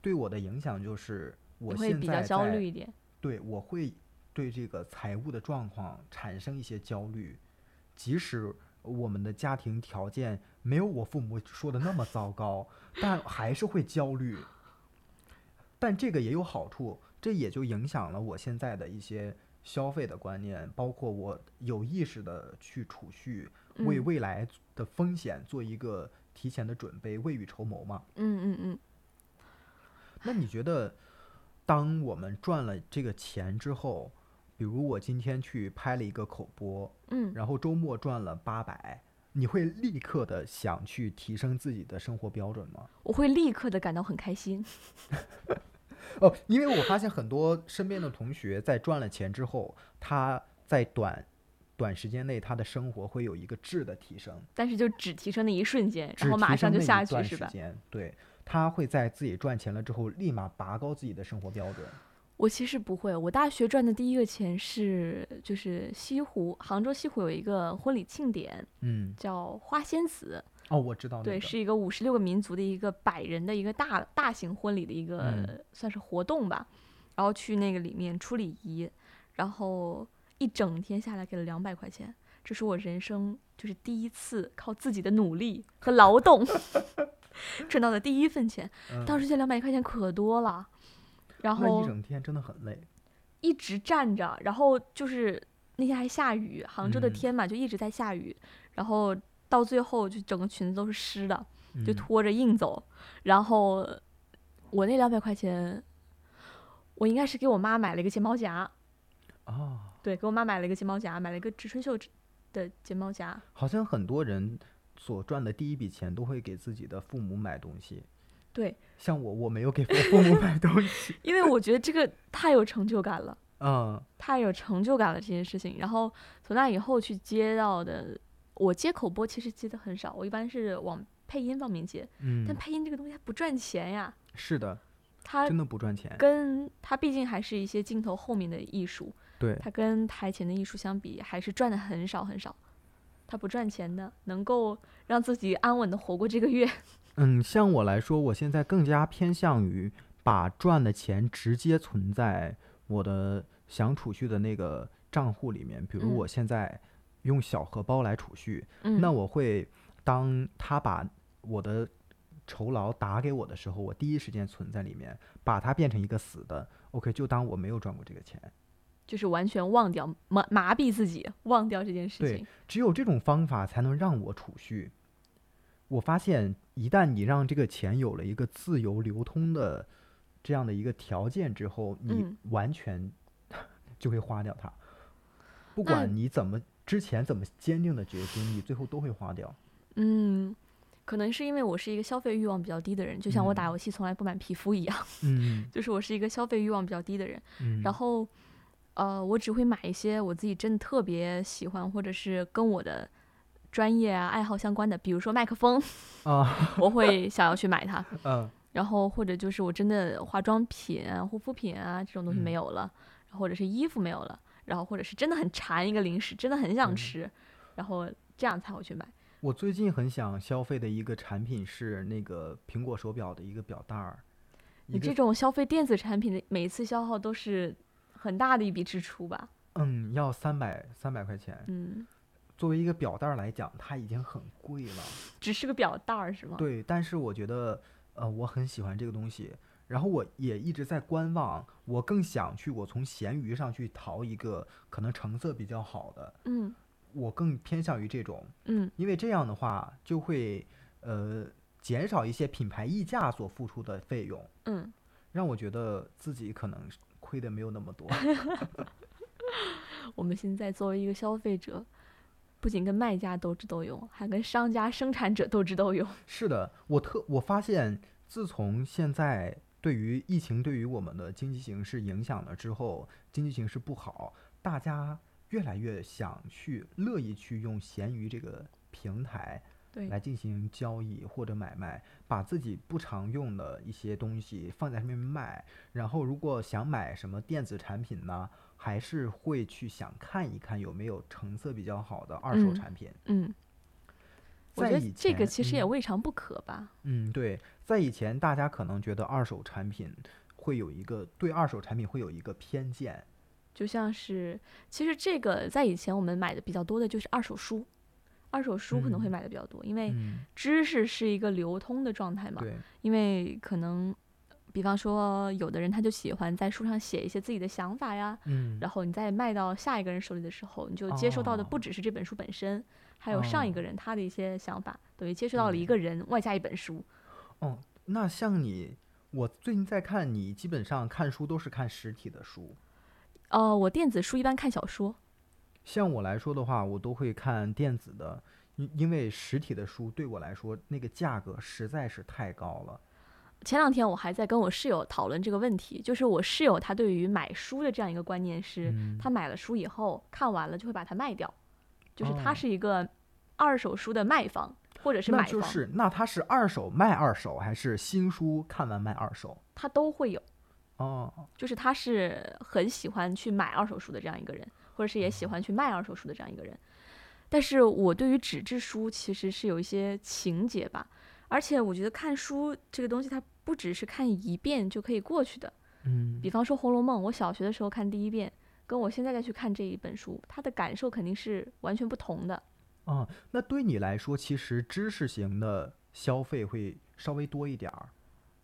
[SPEAKER 1] 对我的影响就是我
[SPEAKER 2] 你会
[SPEAKER 1] 现
[SPEAKER 2] 比较
[SPEAKER 1] 在
[SPEAKER 2] 焦
[SPEAKER 1] 在
[SPEAKER 2] 虑一点。
[SPEAKER 1] 对，我会对这个财务的状况产生一些焦虑，即使我们的家庭条件没有我父母说的那么糟糕，但还是会焦虑。但这个也有好处，这也就影响了我现在的一些消费的观念，包括我有意识的去储蓄，为
[SPEAKER 2] 嗯
[SPEAKER 1] 未来的风险做一个提前的准备，未雨绸缪嘛。
[SPEAKER 2] 嗯嗯嗯，
[SPEAKER 1] 那你觉得，当我们赚了这个钱之后，比如我今天去拍了一个口播，
[SPEAKER 2] 嗯，
[SPEAKER 1] 然后周末赚了八百，你会立刻的想去提升自己的生活标准吗？
[SPEAKER 2] 我会立刻的感到很开心。
[SPEAKER 1] 哦，因为我发现很多身边的同学在赚了钱之后，他在短短时间内他的生活会有一个质的提升，
[SPEAKER 2] 但是就只提升那一瞬间，
[SPEAKER 1] 只
[SPEAKER 2] 然后马
[SPEAKER 1] 提
[SPEAKER 2] 上
[SPEAKER 1] 升
[SPEAKER 2] 就
[SPEAKER 1] 那一
[SPEAKER 2] 下去
[SPEAKER 1] 段
[SPEAKER 2] 是
[SPEAKER 1] 时
[SPEAKER 2] 吧？
[SPEAKER 1] 间对，他会在自己赚钱了之后，立马拔高自己的生活标准。
[SPEAKER 2] 我其实不会，我大学赚的第一个钱是就是西湖，杭州西湖有一个婚礼庆典
[SPEAKER 1] 嗯，
[SPEAKER 2] 叫花仙子，
[SPEAKER 1] 哦，我知道那个。
[SPEAKER 2] 对，是一个五十六个民族的一个百人的一个大大型婚礼的一个、
[SPEAKER 1] 嗯
[SPEAKER 2] 算是活动吧，然后去那个里面出礼仪，然后一整天下来给了两百块钱，这是我人生就是第一次靠自己的努力和劳动 <laughs> 赚到的第一份钱，
[SPEAKER 1] 嗯
[SPEAKER 2] 当时这两百块钱可多了，
[SPEAKER 1] 那
[SPEAKER 2] 然后
[SPEAKER 1] 一整天真的很累。
[SPEAKER 2] 一直站着，然后就是那天还下雨，杭州的
[SPEAKER 1] 嗯
[SPEAKER 2] 天嘛、就一直在下雨，然后到最后就整个裙子都是湿的，就
[SPEAKER 1] 嗯
[SPEAKER 2] 拖着硬走。然后我那两百块钱，我应该是给我妈买了一个睫毛夹，
[SPEAKER 1] 啊，
[SPEAKER 2] 对，给我妈买了一个睫毛夹，买了一个植村秀的睫毛夹。
[SPEAKER 1] 好像很多人所赚的第一笔钱都会给自己的父母买东西。
[SPEAKER 2] 对，
[SPEAKER 1] 像我，我没有给我父母买东西。 <laughs>
[SPEAKER 2] 因为我觉得这个太有成就感了。
[SPEAKER 1] 嗯
[SPEAKER 2] 太有成就感了这件事情。然后从那以后去接到的，我接口播其实接的很少，我一般是往配音方面接。 <laughs> 但
[SPEAKER 1] 嗯，
[SPEAKER 2] 配音这个东西它不赚钱呀，
[SPEAKER 1] 是的，
[SPEAKER 2] 它
[SPEAKER 1] 真的不赚钱。
[SPEAKER 2] 跟它毕竟还是一些镜头后面的艺术，
[SPEAKER 1] 对，
[SPEAKER 2] 它跟台前的艺术相比，还是赚的很少很少。它不赚钱的，能够让自己安稳的活过这个月。
[SPEAKER 1] 嗯，像我来说，我现在更加偏向于把赚的钱直接存在我的想储蓄的那个账户里面。比如
[SPEAKER 2] 嗯
[SPEAKER 1] 我现在用小荷包来储蓄，<laughs>
[SPEAKER 2] 嗯，
[SPEAKER 1] 那我会当他把我的酬劳打给我的时候，我第一时间存在里面，把它变成一个死的。OK，就当我没有赚过这个钱。
[SPEAKER 2] 就是完全忘掉麻麻痹自己，忘掉这件事
[SPEAKER 1] 对
[SPEAKER 2] 情。
[SPEAKER 1] 只有这种方法才能让我储蓄。我发现，一旦你让这个钱有了一个自由流通的这样的一个条件之后，你
[SPEAKER 2] 嗯
[SPEAKER 1] 完全 <laughs> 就会花掉它。不
[SPEAKER 2] 那
[SPEAKER 1] 管你怎么之前怎么坚定的决心，你最后都会花掉。
[SPEAKER 2] 嗯，可能是因为我是一个消费欲望比较低的人，就像我打
[SPEAKER 1] 嗯
[SPEAKER 2] 游戏从来不买皮肤一样， <laughs>
[SPEAKER 1] 嗯
[SPEAKER 2] 就是我是一个消费欲望比较低的人。
[SPEAKER 1] 嗯，
[SPEAKER 2] 然后，呃，我只会买一些我自己真的特别喜欢，或者是跟我的专业啊爱好相关的，比如说麦克风，
[SPEAKER 1] 啊，
[SPEAKER 2] <laughs> 我会想要去买它。
[SPEAKER 1] 嗯
[SPEAKER 2] 然后或者就是我真的化妆品啊、护肤品啊这种东西
[SPEAKER 1] 嗯
[SPEAKER 2] 没有了，然后或者是衣服没有了，然后或者是真的很馋一个零食，真的很想
[SPEAKER 1] 嗯
[SPEAKER 2] 吃，然后这样才会去买。
[SPEAKER 1] 我最近很想消费的一个产品是那个苹果手表的一个表带儿，一
[SPEAKER 2] 你这
[SPEAKER 1] 个
[SPEAKER 2] 种消费电子产品的每一次消耗都是很大的一笔支出吧？
[SPEAKER 1] 嗯要三百三百块钱。
[SPEAKER 2] 嗯，
[SPEAKER 1] 作为一个表带儿来讲，它已经很贵了。
[SPEAKER 2] 只是个表带儿是吗？
[SPEAKER 1] 对，但是我觉得呃我很喜欢这个东西，然后我也一直在观望，我更想去我从闲鱼上去淘一个可能成色比较好的，
[SPEAKER 2] 嗯
[SPEAKER 1] 我更偏向于这种，
[SPEAKER 2] 嗯
[SPEAKER 1] 因为这样的话就会呃减少一些品牌溢价所付出的费用。
[SPEAKER 2] 嗯，
[SPEAKER 1] 让我觉得自己可能亏的没有那么多。
[SPEAKER 2] 我们现在作为一个消费者，不仅跟卖家斗智斗勇，还跟商家、生产者斗智斗勇。
[SPEAKER 1] 是的，我特我发现，自从现在对于疫情对于我们的经济形势影响了之后，经济形势不好，大家越来越想去乐意去用闲鱼这个平台
[SPEAKER 2] 对
[SPEAKER 1] 来进行交易或者买卖，把自己不常用的一些东西放在上面卖，然后如果想买什么电子产品呢，还是会去想看一看有没有成色比较好的二手
[SPEAKER 2] 嗯
[SPEAKER 1] 产品。
[SPEAKER 2] 嗯，我
[SPEAKER 1] 在
[SPEAKER 2] 觉
[SPEAKER 1] 以
[SPEAKER 2] 得这个
[SPEAKER 1] 前
[SPEAKER 2] 其实也
[SPEAKER 1] 嗯
[SPEAKER 2] 未尝不可吧。
[SPEAKER 1] 嗯，对，在以前大家可能觉得二手产品会有一个对二手产品会有一个偏见，
[SPEAKER 2] 就像是，其实这个在以前我们买的比较多的就是二手书，二手书可能会
[SPEAKER 1] 嗯
[SPEAKER 2] 买的比较多，因为
[SPEAKER 1] 嗯，
[SPEAKER 2] 知识是一个流通的状态嘛。
[SPEAKER 1] 对，
[SPEAKER 2] 因为可能，比方说有的人他就喜欢在书上写一些自己的想法呀，
[SPEAKER 1] 嗯，
[SPEAKER 2] 然后你再卖到下一个人手里的时候，你就接收到的不
[SPEAKER 1] 哦
[SPEAKER 2] 只是这本书本身，还有上一个
[SPEAKER 1] 哦嗯
[SPEAKER 2] 人他的一些想法，等于接触到了一
[SPEAKER 1] 对
[SPEAKER 2] 个人外加一本书。
[SPEAKER 1] 哦，那像你，我最近在看你，基本上看书都是看实体的书。
[SPEAKER 2] 呃，我电子书一般看小说，
[SPEAKER 1] 像我来说的话，我都会看电子的，因因为实体的书对我来说那个价格实在是太高了。
[SPEAKER 2] 前两天我还在跟我室友讨论这个问题，就是我室友他对于买书的这样一个观念是，
[SPEAKER 1] 嗯，
[SPEAKER 2] 他买了书以后看完了就会把它卖掉，就是他
[SPEAKER 1] 哦
[SPEAKER 2] 是一个二手书的卖方或者是买
[SPEAKER 1] 那
[SPEAKER 2] 方，
[SPEAKER 1] 就是那它是二手卖二手，还是新书看完卖二手？
[SPEAKER 2] 他都会有，
[SPEAKER 1] 哦，
[SPEAKER 2] 就是他是很喜欢去买二手书的这样一个人，或者是也喜欢去卖二手书的这样一个人。但是我对于纸质书其实是有一些情节吧，而且我觉得看书这个东西它不只是看一遍就可以过去的。
[SPEAKER 1] 嗯，
[SPEAKER 2] 比方说《红楼梦》，我小学的时候看第一遍，跟我现在再去看这一本书，它的感受肯定是完全不同的。
[SPEAKER 1] 啊，那对你来说，其实知识型的消费会稍微多一点儿，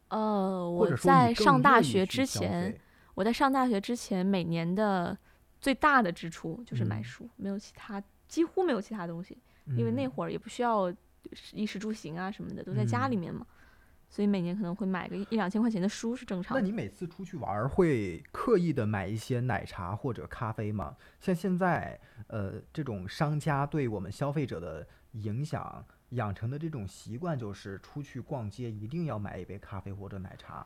[SPEAKER 2] 呃，
[SPEAKER 1] 或
[SPEAKER 2] 我
[SPEAKER 1] 者说你
[SPEAKER 2] 在
[SPEAKER 1] 更
[SPEAKER 2] 上大
[SPEAKER 1] 愿意
[SPEAKER 2] 学
[SPEAKER 1] 去
[SPEAKER 2] 之
[SPEAKER 1] 消
[SPEAKER 2] 前
[SPEAKER 1] 费，，
[SPEAKER 2] 我在上大学之前，每年的最大的支出就是买
[SPEAKER 1] 嗯
[SPEAKER 2] 书，没有其他，几乎没有其他东西，因为那
[SPEAKER 1] 嗯
[SPEAKER 2] 会儿也不需要衣食住行啊什么的，都在家里
[SPEAKER 1] 嗯
[SPEAKER 2] 面嘛，所以每年可能会买个一一两千块钱的书是正常
[SPEAKER 1] 那
[SPEAKER 2] 的。
[SPEAKER 1] 你每次出去玩儿会刻意的买一些奶茶或者咖啡吗？像现在，呃，这种商家对我们消费者的影响养成的这种习惯，就是出去逛街一定要买一杯咖啡或者奶茶。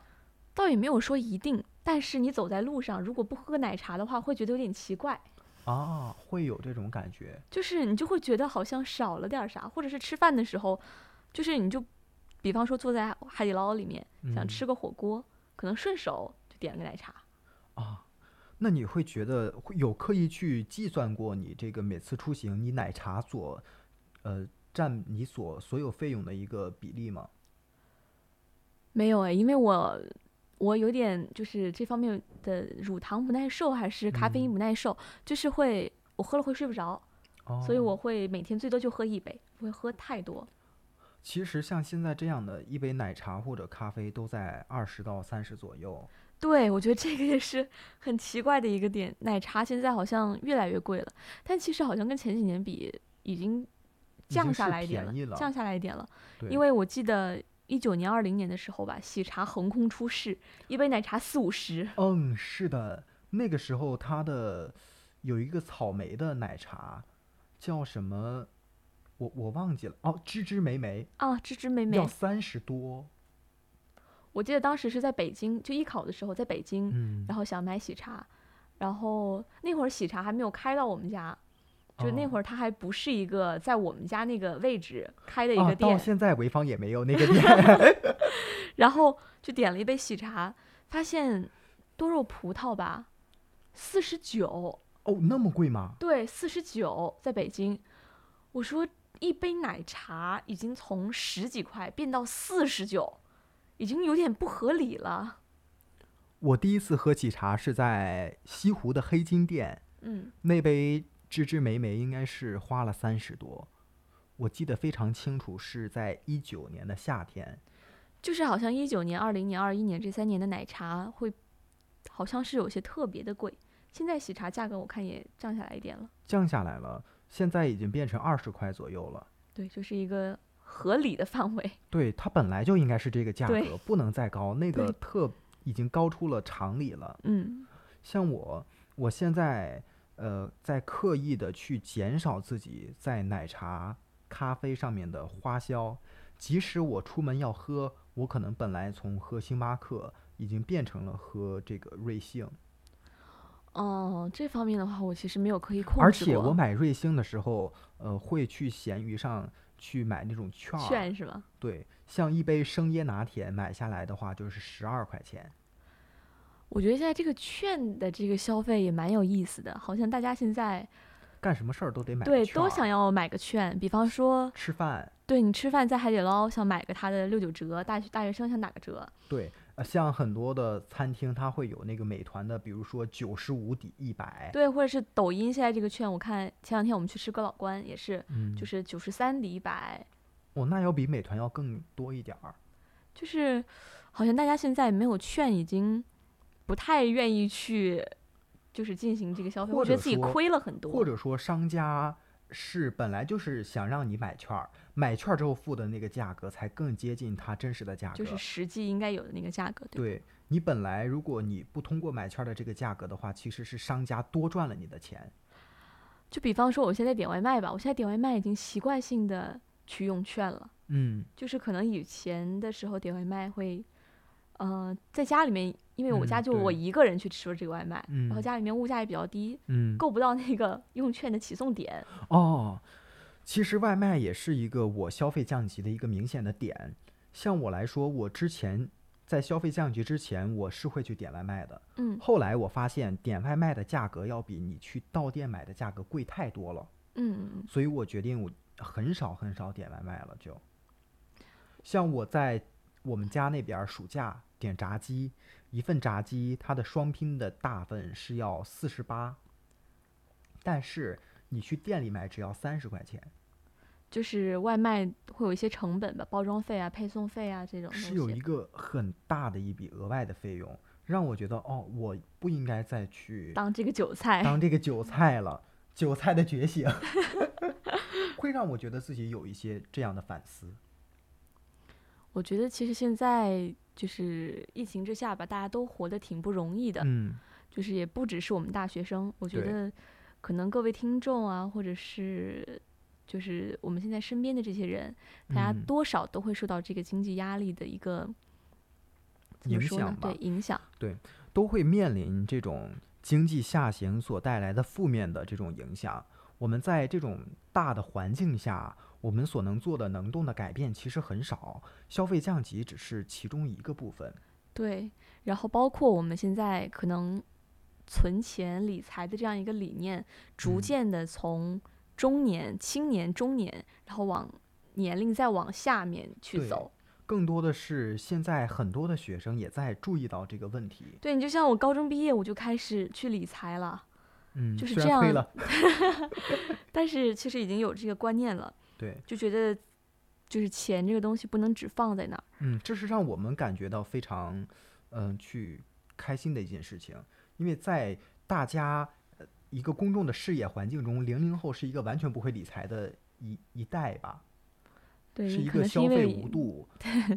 [SPEAKER 2] 倒也没有说一定，但是你走在路上，如果不喝个奶茶的话，会觉得有点奇怪。
[SPEAKER 1] 啊，会有这种感觉，
[SPEAKER 2] 就是你就会觉得好像少了点儿啥，或者是吃饭的时候，就是你就，比方说坐在海底捞里面想
[SPEAKER 1] 嗯
[SPEAKER 2] 吃个火锅，可能顺手就点个奶茶。
[SPEAKER 1] 啊。那你会觉得会有刻意去计算过你这个每次出行你奶茶所，呃，占你所所有费用的一个比例吗？
[SPEAKER 2] 没有哎，因为我我有点就是这方面的乳糖不耐受还是咖啡因
[SPEAKER 1] 嗯
[SPEAKER 2] 不耐受，就是会我喝了会睡不着，
[SPEAKER 1] 哦
[SPEAKER 2] 所以我会每天最多就喝一杯，不会喝太多。
[SPEAKER 1] 其实像现在这样的一杯奶茶或者咖啡都在二十到三十左右。
[SPEAKER 2] 对，我觉得这个也是很奇怪的一个点。奶茶现在好像越来越贵了，但其实好像跟前几年比已经
[SPEAKER 1] 已
[SPEAKER 2] 降
[SPEAKER 1] 经
[SPEAKER 2] 下
[SPEAKER 1] 是
[SPEAKER 2] 来一点
[SPEAKER 1] 便宜
[SPEAKER 2] 了，
[SPEAKER 1] 了
[SPEAKER 2] 降下来一点了。
[SPEAKER 1] 对，
[SPEAKER 2] 因为我记得一九年、二零年的时候吧，喜茶横空出世，一杯奶茶四五十。
[SPEAKER 1] 嗯，是的，那个时候它的有一个草莓的奶茶叫什么，我我忘记了哦，芝芝莓莓
[SPEAKER 2] 啊，芝芝莓
[SPEAKER 1] 要
[SPEAKER 2] 莓，
[SPEAKER 1] 三十多，
[SPEAKER 2] 我记得当时是在北京，就艺考的时候在北京，
[SPEAKER 1] 嗯
[SPEAKER 2] 然后想买喜茶，然后那会儿喜茶还没有开到我们家，就那
[SPEAKER 1] 哦
[SPEAKER 2] 会儿它还不是一个在我们家那个位置开的一
[SPEAKER 1] 啊，
[SPEAKER 2] 个店，
[SPEAKER 1] 到现在潍坊也没有那个店， <laughs>
[SPEAKER 2] <laughs> 然后就点了一杯喜茶，发现多肉葡萄吧，四十九，
[SPEAKER 1] 哦，那么贵吗？
[SPEAKER 2] 对，四十九，在北京，我说一杯奶茶已经从十几块变到四十九，已经有点不合理了。
[SPEAKER 1] 我第一次喝喜茶是在西湖的黑金店，
[SPEAKER 2] 嗯，
[SPEAKER 1] 那杯芝芝莓莓应该是花了三十多，我记得非常清楚，是在一九年的夏天。
[SPEAKER 2] 就是好像一九年、二零年、二一年这三年的奶茶会，好像是有些特别的贵。现在喜茶价格我看也降下来一点了，
[SPEAKER 1] 降下来了，现在已经变成二十块左右了。
[SPEAKER 2] 对，就是一个合理的范围。 <laughs>
[SPEAKER 1] 对，它本来就应该是这个价
[SPEAKER 2] 对
[SPEAKER 1] 格，不能再高，那个
[SPEAKER 2] 对
[SPEAKER 1] 特已经高出了常理了。
[SPEAKER 2] 嗯
[SPEAKER 1] 像我，我现在呃，在刻意的去减少自己在奶茶、咖啡上面的花销。即使我出门要喝，我可能本来从喝星巴克已经变成了喝这个瑞幸，
[SPEAKER 2] 哦，这方面的话，我其实没有刻意控制过。
[SPEAKER 1] 而且我买瑞幸的时候，呃，会去闲鱼上去买那种券儿，
[SPEAKER 2] 券是吧？
[SPEAKER 1] 对，像一杯生椰拿铁买下来的话，就是十二块钱。
[SPEAKER 2] 我觉得现在这个券的这个消费也蛮有意思的，好像大家现在
[SPEAKER 1] 干什么事儿都得买
[SPEAKER 2] 对
[SPEAKER 1] 个券
[SPEAKER 2] 都
[SPEAKER 1] 儿
[SPEAKER 2] 想要买个券，比方说，
[SPEAKER 1] 吃饭，
[SPEAKER 2] 对你吃饭在海底捞想买个它的六九折，大学大学生想打个折，
[SPEAKER 1] 对，呃，像很多的餐厅它会有那个美团的，比如说九十五抵一百，
[SPEAKER 2] 对，或者是抖音现在这个券，我看前两天我们去吃哥老关也是，
[SPEAKER 1] 嗯，
[SPEAKER 2] 就是是九十三抵一百，
[SPEAKER 1] 哦，那要比美团要更多一点儿。
[SPEAKER 2] 就是好像大家现在没有券已经不太愿意去。就是进行这个消费，
[SPEAKER 1] 或
[SPEAKER 2] 我觉得
[SPEAKER 1] 者
[SPEAKER 2] 自己
[SPEAKER 1] 说
[SPEAKER 2] 亏了很多。
[SPEAKER 1] 或者说商家是本来就是想让你买券儿，买券儿之后付的那个价格才更接近它真实的价格。
[SPEAKER 2] 就是实际应该有的那个价格，对吧
[SPEAKER 1] 对你本来如果你不通过买券儿的这个价格的话，其实是商家多赚了你的钱。
[SPEAKER 2] 就比方说，我现在点外卖吧，我现在点外卖已经习惯性的去用券了，
[SPEAKER 1] 嗯，
[SPEAKER 2] 就是可能以前的时候点外卖会，呃，在家里面，因为我
[SPEAKER 1] 嗯
[SPEAKER 2] 家就我
[SPEAKER 1] 对
[SPEAKER 2] 一个人去吃这个外卖，然后
[SPEAKER 1] 嗯
[SPEAKER 2] 家里面物价也比较低，
[SPEAKER 1] 嗯，
[SPEAKER 2] 够不到那个用券的起
[SPEAKER 1] <laughs>
[SPEAKER 2] 送点，
[SPEAKER 1] 哦，其实外卖也是一个我消费降级的一个明显的点。像我来说，我之前在消费降级之前，我是会去点外卖的。
[SPEAKER 2] 嗯
[SPEAKER 1] 后来我发现点外卖的价格要比你去到店买的价格贵太多了，
[SPEAKER 2] 嗯，
[SPEAKER 1] 所以我决定我很少很少点外卖了。就像我在我们家那边儿暑假点炸鸡，一份炸鸡它的双拼的大份是要四十八，但是你去店里买只要三十块钱。
[SPEAKER 2] 就是外卖会有一些成本吧，包装费啊、配送费啊这种
[SPEAKER 1] 是
[SPEAKER 2] 东
[SPEAKER 1] 有
[SPEAKER 2] 西
[SPEAKER 1] 一。个很大的一笔额外的费用，让我觉得哦，我不应该再去
[SPEAKER 2] 当哎这个韭菜，
[SPEAKER 1] 当这个韭菜
[SPEAKER 2] <laughs>
[SPEAKER 1] 了，韭菜的觉醒，会让我觉得自己有一些这样的反思。
[SPEAKER 2] 我觉得其实现在就是疫情之下吧，大家都活得挺不容易的。
[SPEAKER 1] 嗯，
[SPEAKER 2] 就是也不只是我们大学生，我觉
[SPEAKER 1] 对
[SPEAKER 2] 得可能各位听众啊，或者是就是我们现在身边的这些人，大家
[SPEAKER 1] 嗯
[SPEAKER 2] 多少都会受到这个经济压力的一个怎么
[SPEAKER 1] 影
[SPEAKER 2] 说呢
[SPEAKER 1] 响？吧
[SPEAKER 2] 对，影响。
[SPEAKER 1] 都会面临这种经济下行所带来的负面的这种影响。我们在这种大的环境下，我们所能做的能动的改变其实很少，消费降级只是其中一个部分。
[SPEAKER 2] 对，然后包括我们现在可能存钱理财的这样一个理念，逐
[SPEAKER 1] 嗯
[SPEAKER 2] 渐的从中年、青年、中年，然后往年龄再往下面去
[SPEAKER 1] 对
[SPEAKER 2] 走。
[SPEAKER 1] 更多的是现在很多的学生也在注意到这个问题，
[SPEAKER 2] 对你就像我高中毕业，我就开始去理财了。
[SPEAKER 1] 嗯，
[SPEAKER 2] 就是
[SPEAKER 1] 虽
[SPEAKER 2] 这
[SPEAKER 1] 然亏
[SPEAKER 2] 样
[SPEAKER 1] 了，
[SPEAKER 2] 但是其实已经有这个观念了，
[SPEAKER 1] 对，
[SPEAKER 2] 就觉得就是钱这个东西不能只放在那儿。
[SPEAKER 1] 嗯，这是让我们感觉到非常，嗯、去开心的一件事情，因为在大家呃一个公众的视野环境中，零零后是一个完全不会理财的一一代吧，
[SPEAKER 2] 对，
[SPEAKER 1] 是一
[SPEAKER 2] 可
[SPEAKER 1] 个
[SPEAKER 2] 能是
[SPEAKER 1] 消
[SPEAKER 2] 因
[SPEAKER 1] 费
[SPEAKER 2] 为
[SPEAKER 1] 无度，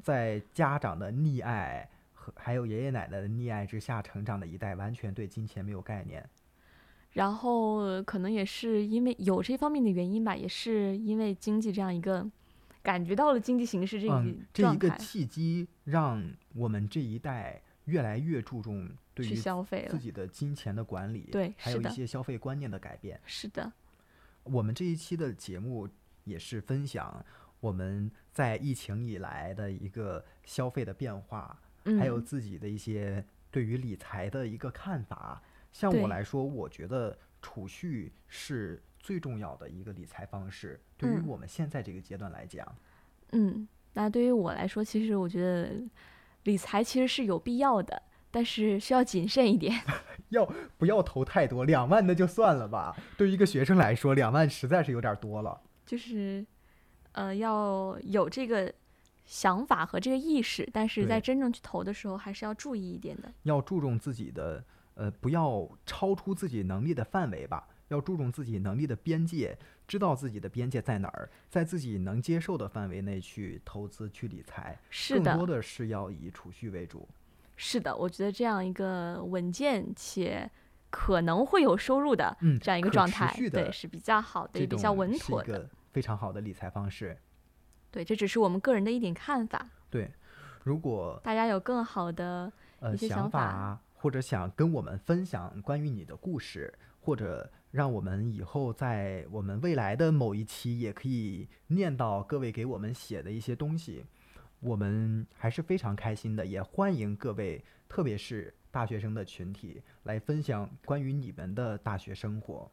[SPEAKER 1] 在家长的溺爱和还有爷爷奶奶的溺爱之下成长的一代，完全对金钱没有概念，
[SPEAKER 2] 然后呃可能也是因为有这方面的原因吧，也是因为经济这样一个感觉到了经济形势这一
[SPEAKER 1] 嗯，这
[SPEAKER 2] 状
[SPEAKER 1] 一个
[SPEAKER 2] 态、
[SPEAKER 1] 契机，让我们这一代越来越注重对
[SPEAKER 2] 去
[SPEAKER 1] 于
[SPEAKER 2] 消费
[SPEAKER 1] 自
[SPEAKER 2] 了。
[SPEAKER 1] 己的金钱的管理，
[SPEAKER 2] 对
[SPEAKER 1] 还
[SPEAKER 2] 是
[SPEAKER 1] 有一
[SPEAKER 2] 的
[SPEAKER 1] 些消费观念的改变。
[SPEAKER 2] 是的，
[SPEAKER 1] 我们这一期的节目也是分享我们在疫情以来的一个消费的变化，
[SPEAKER 2] 嗯，
[SPEAKER 1] 还有自己的一些对于理财的一个看法。像
[SPEAKER 2] 对
[SPEAKER 1] 我来说，我觉得储蓄是最重要的一个理财方式，对于
[SPEAKER 2] 嗯
[SPEAKER 1] 我们现在这个阶段来讲，
[SPEAKER 2] 嗯，那对于我来说，其实我觉得理财其实是有必要的，但是需要谨慎一点。
[SPEAKER 1] 不要投太多，两万那就算了吧。对于一个学生来说，两万实在是有点多了。
[SPEAKER 2] 就是，呃，要有这个想法和这个意识，但是在
[SPEAKER 1] 对
[SPEAKER 2] 真正去投的时候，还是要注意一点的。
[SPEAKER 1] 要注重自己的，呃，不要超出自己能力的范围吧，要注重自己能力的边界，知道自己的边界在哪儿，在自己能接受的范围内去投资、去理财。
[SPEAKER 2] 是
[SPEAKER 1] 更多
[SPEAKER 2] 的，
[SPEAKER 1] 的是要以储蓄为主。
[SPEAKER 2] 是的，我觉得这样一个稳健且可能会有收入的
[SPEAKER 1] 嗯，
[SPEAKER 2] 这样一个
[SPEAKER 1] 可
[SPEAKER 2] 状
[SPEAKER 1] 持
[SPEAKER 2] 态，
[SPEAKER 1] 续的
[SPEAKER 2] 对，是比较好的，
[SPEAKER 1] 这
[SPEAKER 2] 也比较
[SPEAKER 1] 种
[SPEAKER 2] 稳
[SPEAKER 1] 是
[SPEAKER 2] 妥
[SPEAKER 1] 一
[SPEAKER 2] 的。
[SPEAKER 1] 个非常好的理财方式。
[SPEAKER 2] 对，这只是我们个人的一点看法，
[SPEAKER 1] 对，如果
[SPEAKER 2] 大家有更好的，
[SPEAKER 1] 呃
[SPEAKER 2] 一些
[SPEAKER 1] 想
[SPEAKER 2] 想
[SPEAKER 1] 法
[SPEAKER 2] 法
[SPEAKER 1] 啊，或者想跟我们分享关于你的故事，或者让我们以后在我们未来的某一期也可以念到各位给我们写的一些东西，我们还是非常开心的，也欢迎各位，特别是大学生的群体来分享关于你们的大学生活。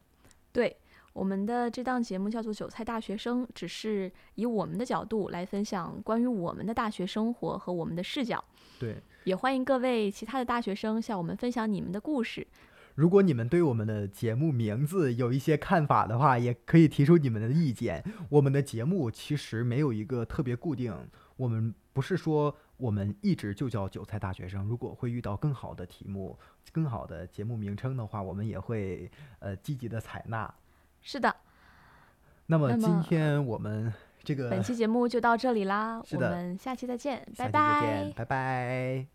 [SPEAKER 2] 对。我们的这档节目叫做《韭菜大学生》，只是以我们的角度来分享关于我们的大学生活和我们的视角，
[SPEAKER 1] 对，
[SPEAKER 2] 也欢迎各位其他的大学生向我们分享你们的故事。
[SPEAKER 1] 如果你们对我们的节目名字有一些看法的话，也可以提出你们的意见。我们的节目其实没有一个特别固定，我们不是说我们一直就叫韭菜大学生。如果会遇到更好的题目、更好的节目名称的话，我们也会呃积极的采纳。
[SPEAKER 2] 是的，
[SPEAKER 1] 那么
[SPEAKER 2] 那么
[SPEAKER 1] 今天我们这个
[SPEAKER 2] 本期节目就到这里啦，
[SPEAKER 1] 呃是
[SPEAKER 2] 我
[SPEAKER 1] 的
[SPEAKER 2] 们下期再见，
[SPEAKER 1] 下期再
[SPEAKER 2] 拜拜
[SPEAKER 1] 见，。拜拜